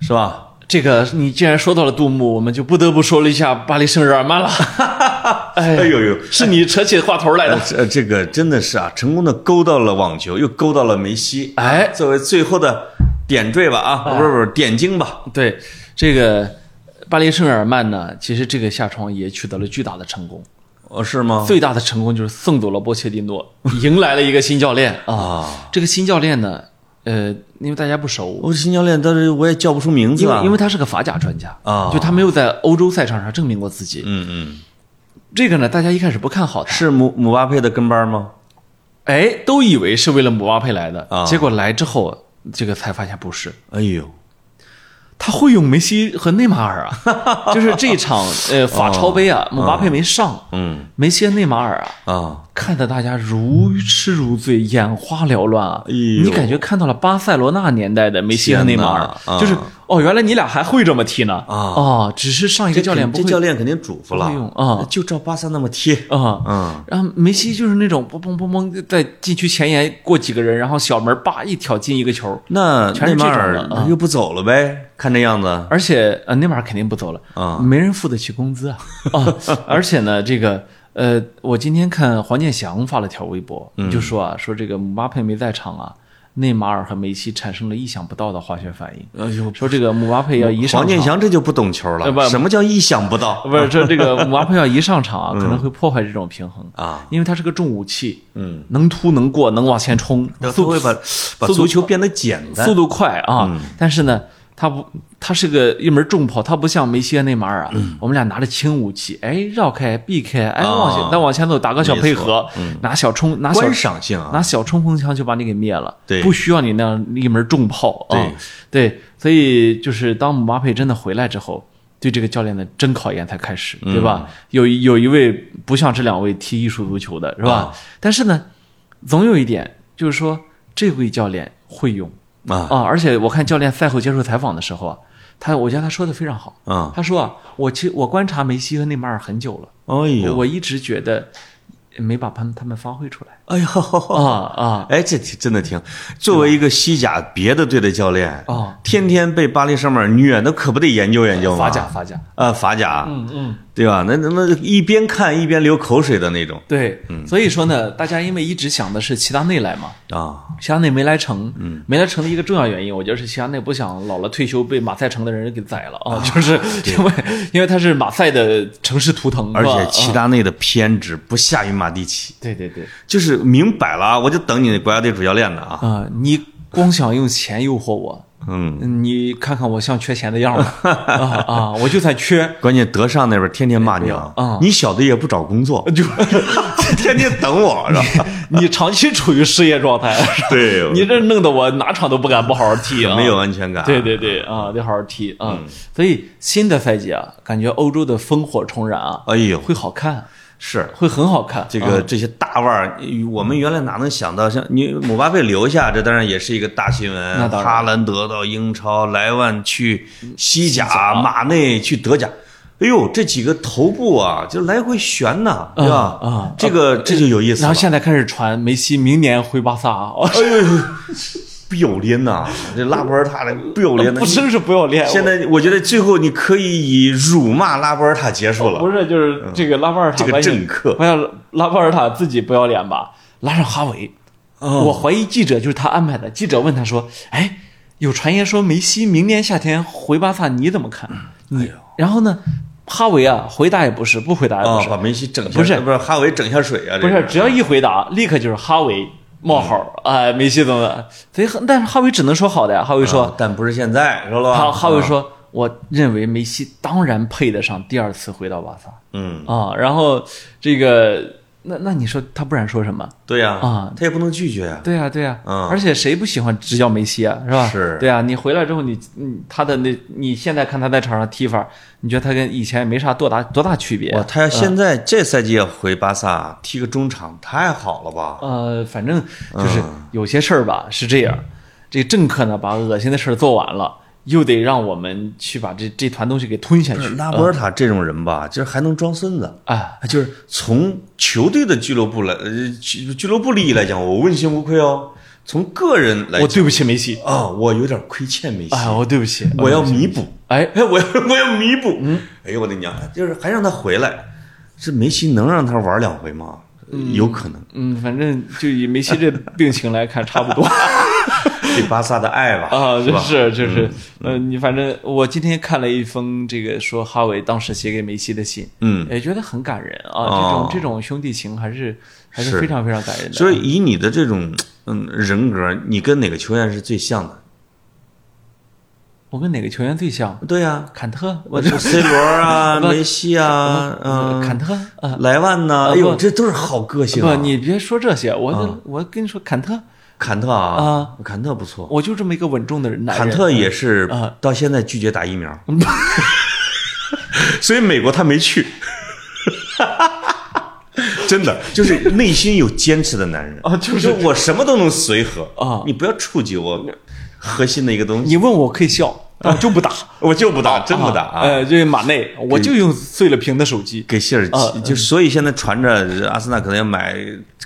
Speaker 2: 是吧？
Speaker 1: 这个你既然说到了杜牧，我们就不得不说了一下巴黎圣日耳 曼了。哎
Speaker 2: 哎呦呦，
Speaker 1: 是你扯起话头来
Speaker 2: 呃
Speaker 1: 的。
Speaker 2: 这这个真的是啊，成功的勾到了网球，又勾到了梅西，
Speaker 1: 哎，
Speaker 2: 作为最后的点缀吧啊，不是不是点睛吧？
Speaker 1: 对，这个巴黎圣日耳曼呢，其实这个下窗也取得了巨大的成功。
Speaker 2: 哦，是吗？
Speaker 1: 最大的成功就是送走了波切蒂诺，迎来了一个新教练 啊。
Speaker 2: 啊，
Speaker 1: 这个新教练呢，呃，因为大家不熟，
Speaker 2: 我新教练，但是我也叫不出名字
Speaker 1: 因为
Speaker 2: 啊，
Speaker 1: 因为他是个法甲专家
Speaker 2: 啊
Speaker 1: 就他没有在欧洲赛场上证明过自己。
Speaker 2: 嗯嗯，
Speaker 1: 这个呢，大家一开始不看好他，
Speaker 2: 是姆姆巴佩的跟班吗？
Speaker 1: 哎，都以为是为了姆巴佩来的
Speaker 2: 啊，
Speaker 1: 结果来之后，这个才发现不是。
Speaker 2: 哎呦，
Speaker 1: 他会用梅西和内马尔 啊，就是这一场呃法超杯啊，姆巴佩没上，
Speaker 2: 嗯
Speaker 1: 梅西、内马尔啊，
Speaker 2: 啊，
Speaker 1: 看得大家如痴如醉，眼花缭乱啊！
Speaker 2: 哎呦
Speaker 1: 你感觉看到了巴塞罗那年代的梅西和内马尔
Speaker 2: 天，哪啊啊
Speaker 1: 就是哦，原来你俩还会这么踢呢哦，只是上一个教练不
Speaker 2: 这
Speaker 1: 会
Speaker 2: 教练肯定嘱咐了
Speaker 1: 不会用啊
Speaker 2: 就照巴萨那么踢。
Speaker 1: 啊。
Speaker 2: 嗯，
Speaker 1: 然后梅西就是那种嘣嘣嘣嘣在禁区前沿过几个人，然后小门叭一挑进一个球，
Speaker 2: 那
Speaker 1: 全是
Speaker 2: 内
Speaker 1: 这
Speaker 2: 马
Speaker 1: 种
Speaker 2: 尔
Speaker 1: 的啊
Speaker 2: 又不走了呗？看这样子，
Speaker 1: 而且呃内马尔肯定不走了
Speaker 2: 啊
Speaker 1: 没人付得起工资啊 啊！而且呢，这个呃，我今天看黄健翔发了条微博，
Speaker 2: 嗯
Speaker 1: 就说啊，说这个姆巴佩没在场啊，内马尔和梅西产生了意想不到的化学反应。
Speaker 2: 哎呦，
Speaker 1: 说这个姆巴佩要一上
Speaker 2: 黄健
Speaker 1: 场，
Speaker 2: 翔这就不懂球
Speaker 1: 呃不
Speaker 2: 了。什么叫意想不到
Speaker 1: 不是这这个姆巴佩要一上场啊，可能会破坏这种平衡，
Speaker 2: 嗯啊？
Speaker 1: 因为他是个重武器，
Speaker 2: 嗯，
Speaker 1: 能突能过，能往前冲，
Speaker 2: 他
Speaker 1: 速
Speaker 2: 会把
Speaker 1: 速
Speaker 2: 把
Speaker 1: 度
Speaker 2: 足球变得简单
Speaker 1: 速。度快啊，
Speaker 2: 嗯
Speaker 1: 但是呢，他不，他是个一门重炮，他不像梅西和内马尔啊，我们俩拿着轻武器，哎，绕开避开，哎，
Speaker 2: 嗯啊嗯
Speaker 1: 往前，那往前走，打个小配合，拿小冲，拿小
Speaker 2: 观赏性啊
Speaker 1: 拿小冲锋枪就把你给灭了，
Speaker 2: 对
Speaker 1: 不需要你那样一门重炮啊，对，所以就是当姆巴佩真的回来之后。对这个教练的真考验才开始，
Speaker 2: 嗯
Speaker 1: 对吧？有一有一位不像这两位踢艺术足球的，是吧？
Speaker 2: 啊
Speaker 1: 但是呢，总有一点就是说，这位教练会用，
Speaker 2: 啊
Speaker 1: 啊，而且我看教练赛后接受采访的时候啊，他我觉得他说的非常好。
Speaker 2: 啊！
Speaker 1: 他说啊，我其我观察梅西和内马尔很久了，
Speaker 2: 哎呦，
Speaker 1: 我一直觉得没把他们他们发挥出来
Speaker 2: 哎呦，
Speaker 1: 啊啊
Speaker 2: 哎，这挺真的挺。作为一个西甲别的队的教练
Speaker 1: 啊，
Speaker 2: 天天被巴黎圣马尔虐，那可不得研究研究吗？
Speaker 1: 发甲发甲，
Speaker 2: 啊，法甲，
Speaker 1: 嗯嗯，
Speaker 2: 对吧？那那那一边看一边流口水的那种
Speaker 1: 对，
Speaker 2: 嗯
Speaker 1: 所以说呢，大家因为一直想的是齐达内来嘛，
Speaker 2: 啊
Speaker 1: 齐达内没来成，
Speaker 2: 嗯
Speaker 1: 没来成的一个重要原因，我觉得是齐达内不想老了退休被马赛城的人给宰了啊，就是因为因为他是马赛的城市图腾，是
Speaker 2: 而
Speaker 1: 吧
Speaker 2: 且齐
Speaker 1: 啊
Speaker 2: 达内的偏执不下于马蒂奇，
Speaker 1: 对对对，
Speaker 2: 就是明摆了啊，我就等你国家队主教练呢啊。
Speaker 1: 啊、你光想用钱诱惑我，
Speaker 2: 嗯，
Speaker 1: 你看看我像缺钱的样儿吗？啊啊，我就算缺，
Speaker 2: 关键德尚那边天天骂娘
Speaker 1: 哎呀啊啊
Speaker 2: 你小子也不找工作，
Speaker 1: 就
Speaker 2: 天天等我是吧？
Speaker 1: 你长期处于失业状态，
Speaker 2: 对
Speaker 1: 你这弄得我哪场都不敢不好好踢啊！
Speaker 2: 没有安全感。嗯
Speaker 1: 对对对啊，得好好踢啊！所以新的赛季啊，感觉欧洲的烽火重燃啊，
Speaker 2: 哎呦，
Speaker 1: 会好看，
Speaker 2: 是
Speaker 1: 会很好看。啊
Speaker 2: 这个这些大腕儿，我们原来哪能想到，像你姆巴佩留下，这当然也是一个大新
Speaker 1: 那
Speaker 2: 闻。
Speaker 1: 当然
Speaker 2: 哈兰德到英超，莱万去西甲，马内去德甲。哎呦，这几个头部啊，就来回旋呐，对吧？
Speaker 1: 啊
Speaker 2: 这个这就有意思
Speaker 1: 然
Speaker 2: 了
Speaker 1: 后，
Speaker 2: 哎
Speaker 1: 现在开始传梅西明年回巴萨啊，
Speaker 2: 不要脸呐！这拉波尔塔的不要脸 呐！
Speaker 1: 不真是不要脸。
Speaker 2: 现在我觉得最后你可以以辱骂拉波尔塔结束了。
Speaker 1: 不是，就是这个拉波尔塔
Speaker 2: 嗯这个
Speaker 1: 把你
Speaker 2: 政客
Speaker 1: 不要拉波尔塔自己不要脸吧，拉上哈维。我怀疑记者就是他安排的。记者问他说：“哎，有传言说梅西明年夏天回巴萨，你怎么看？”你嗯哎然后呢，哈维啊，回答也不是，不回答也不
Speaker 2: 啊，
Speaker 1: 是，
Speaker 2: 把梅西整下
Speaker 1: 不是
Speaker 2: 不是哈维整下水啊！这
Speaker 1: 不哦是，只要一回答，立刻就是哈维冒号哎，梅西怎么了？所以很，但是哈维只能说好的呀。哈维说：“
Speaker 2: 啊但不是现在，知道了吧？
Speaker 1: 哈哈维
Speaker 2: 啊，
Speaker 1: 说，我认为梅西当然配得上第二次回到巴萨。”
Speaker 2: 嗯，
Speaker 1: 啊，然后这个，那那你说他不然说什么？
Speaker 2: 对呀，
Speaker 1: 啊
Speaker 2: 他也不能拒绝呀。
Speaker 1: 对呀、对呀、
Speaker 2: 嗯
Speaker 1: 而且谁不喜欢执教梅西啊，是吧？
Speaker 2: 是
Speaker 1: 对啊，你回来之后你，嗯，他的那，你现在看他在场上踢法，你觉得他跟以前也没啥多大多大区别？啊
Speaker 2: 哇，他要现在这赛季要回巴萨踢个中场，太好了吧？
Speaker 1: 呃，反正就是
Speaker 2: 嗯
Speaker 1: 有些事儿吧，是这样，这政客呢把恶心的事儿做完了，又得让我们去把这这团东西给吞下去。
Speaker 2: 拉波尔塔这种人吧，就是还能装孙子，
Speaker 1: 哎，
Speaker 2: 就是从球队的俱乐部来，呃，俱俱乐部利益来讲，我问心无愧哦。从个人来
Speaker 1: 我
Speaker 2: 讲，
Speaker 1: 对不起梅西，
Speaker 2: 啊，哎我有点亏欠梅西，
Speaker 1: 哎，我对不起，
Speaker 2: 我要弥补。
Speaker 1: 哎，
Speaker 2: 哎， 我要我要弥补。
Speaker 1: 嗯
Speaker 2: 哎呦我的娘，就是还让他回来，这梅西能让他玩两回吗？有可能，
Speaker 1: 嗯，反正就以梅西这病情来 看，差不多。
Speaker 2: 对巴萨的爱吧，
Speaker 1: 啊，
Speaker 2: 是
Speaker 1: 就
Speaker 2: 吧？嗯
Speaker 1: 是就是，呃，你反正我今天看了一封这个说哈维当时写给梅西的信，
Speaker 2: 嗯，
Speaker 1: 也觉得很感人啊，这
Speaker 2: 哦
Speaker 1: 种这种兄弟情还是还
Speaker 2: 是
Speaker 1: 是非常非常感人的。
Speaker 2: 所以以你的这种嗯人格，你跟哪个球员是最像的？
Speaker 1: 我跟哪个球员最像？
Speaker 2: 对呀、
Speaker 1: 坎特，
Speaker 2: 我
Speaker 1: 我
Speaker 2: 这 C 罗啊，
Speaker 1: 不
Speaker 2: 梅西啊，嗯，
Speaker 1: 坎特啊，
Speaker 2: 莱万呐，
Speaker 1: 啊
Speaker 2: 哎
Speaker 1: 不
Speaker 2: 呦，这都是好个性啊
Speaker 1: 不，！你别说这些，我
Speaker 2: 嗯
Speaker 1: 就我跟你说，坎特，
Speaker 2: 坎特啊，坎特不错，
Speaker 1: 我就这么一个稳重的人，男人
Speaker 2: 坎特也是
Speaker 1: 啊
Speaker 2: 到现在拒绝打疫 苗，所以美国他没去，真的就是内心有坚持的男人
Speaker 1: 啊就是
Speaker 2: 我什么都能随和
Speaker 1: 啊
Speaker 2: 你不要触及我核心的一个东西，
Speaker 1: 你问我可以笑，但我就不打，
Speaker 2: 我就不打，真 不打啊！
Speaker 1: 呃，就是马内，我就用碎了屏的手机，
Speaker 2: 给谢尔奇，
Speaker 1: 啊
Speaker 2: 就所以现在传着阿森纳可能要买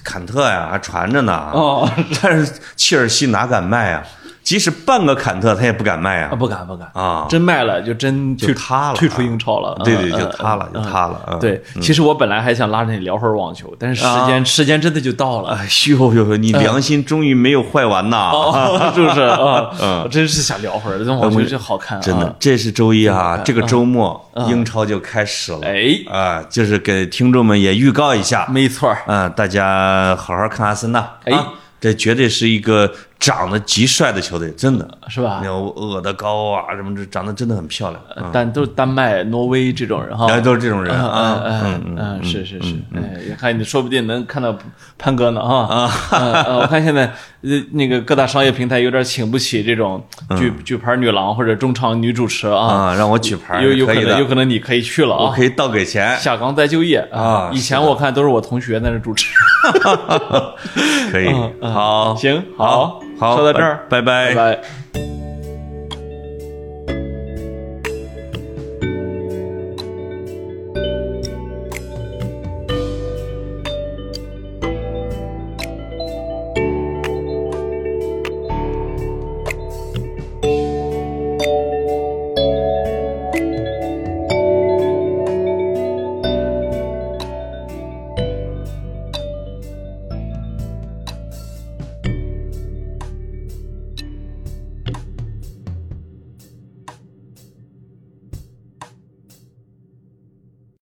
Speaker 2: 坎特呀，还传着呢。
Speaker 1: 哦，
Speaker 2: 但是切尔西哪敢卖啊？即使半个坎特，他也不敢卖
Speaker 1: 啊，
Speaker 2: 啊。
Speaker 1: 不敢不敢
Speaker 2: 啊
Speaker 1: 真卖了就真退
Speaker 2: 塌了啊
Speaker 1: 退出英超了，
Speaker 2: 对
Speaker 1: 嗯
Speaker 2: 对，就
Speaker 1: 嗯
Speaker 2: 塌了，就
Speaker 1: 嗯
Speaker 2: 塌了。嗯，啊
Speaker 1: 对，其实我本来还想拉着你聊会儿网球，但是时间时间真的就到了，
Speaker 2: 哎呦呦呦，你良心终于没有坏完呐！
Speaker 1: 哦， 是不是啊？我真是想聊会儿，这种网球真好看，
Speaker 2: 嗯
Speaker 1: 啊
Speaker 2: 真的，。这是周一啊，这个周末
Speaker 1: 嗯
Speaker 2: 英超就开始了。
Speaker 1: 哎
Speaker 2: 啊，就是给听众们也预告一下，
Speaker 1: 没错儿，
Speaker 2: 啊，大家好好看阿森纳
Speaker 1: 哎
Speaker 2: 啊，这绝对是一个长得极帅的球队，真的。
Speaker 1: 是吧
Speaker 2: 那？种鹅的高啊，什么这长得真的很漂亮，嗯
Speaker 1: 但都是丹麦、挪威这种人哈，
Speaker 2: 哎，都是这种人啊，
Speaker 1: 嗯嗯嗯，是是是，哎，也看你说不定能看到潘哥呢啊啊！呃我看现在呃那个各大商业平台有点请不起这种
Speaker 2: 嗯
Speaker 1: 举举牌女郎或者中场女主持啊，
Speaker 2: 啊，让我举牌儿
Speaker 1: 有有
Speaker 2: 可
Speaker 1: 可
Speaker 2: 以
Speaker 1: 能有
Speaker 2: 的，
Speaker 1: 可能你可以去了
Speaker 2: 我
Speaker 1: 啊
Speaker 2: 可。以倒给钱，
Speaker 1: 下岗再就业
Speaker 2: 啊
Speaker 1: 以前我看都是我同学在那主持。
Speaker 2: 可以，好，
Speaker 1: 行，
Speaker 2: 好，
Speaker 1: 好，
Speaker 2: 嗯好，
Speaker 1: 说到这儿，
Speaker 2: 拜拜
Speaker 1: 拜。拜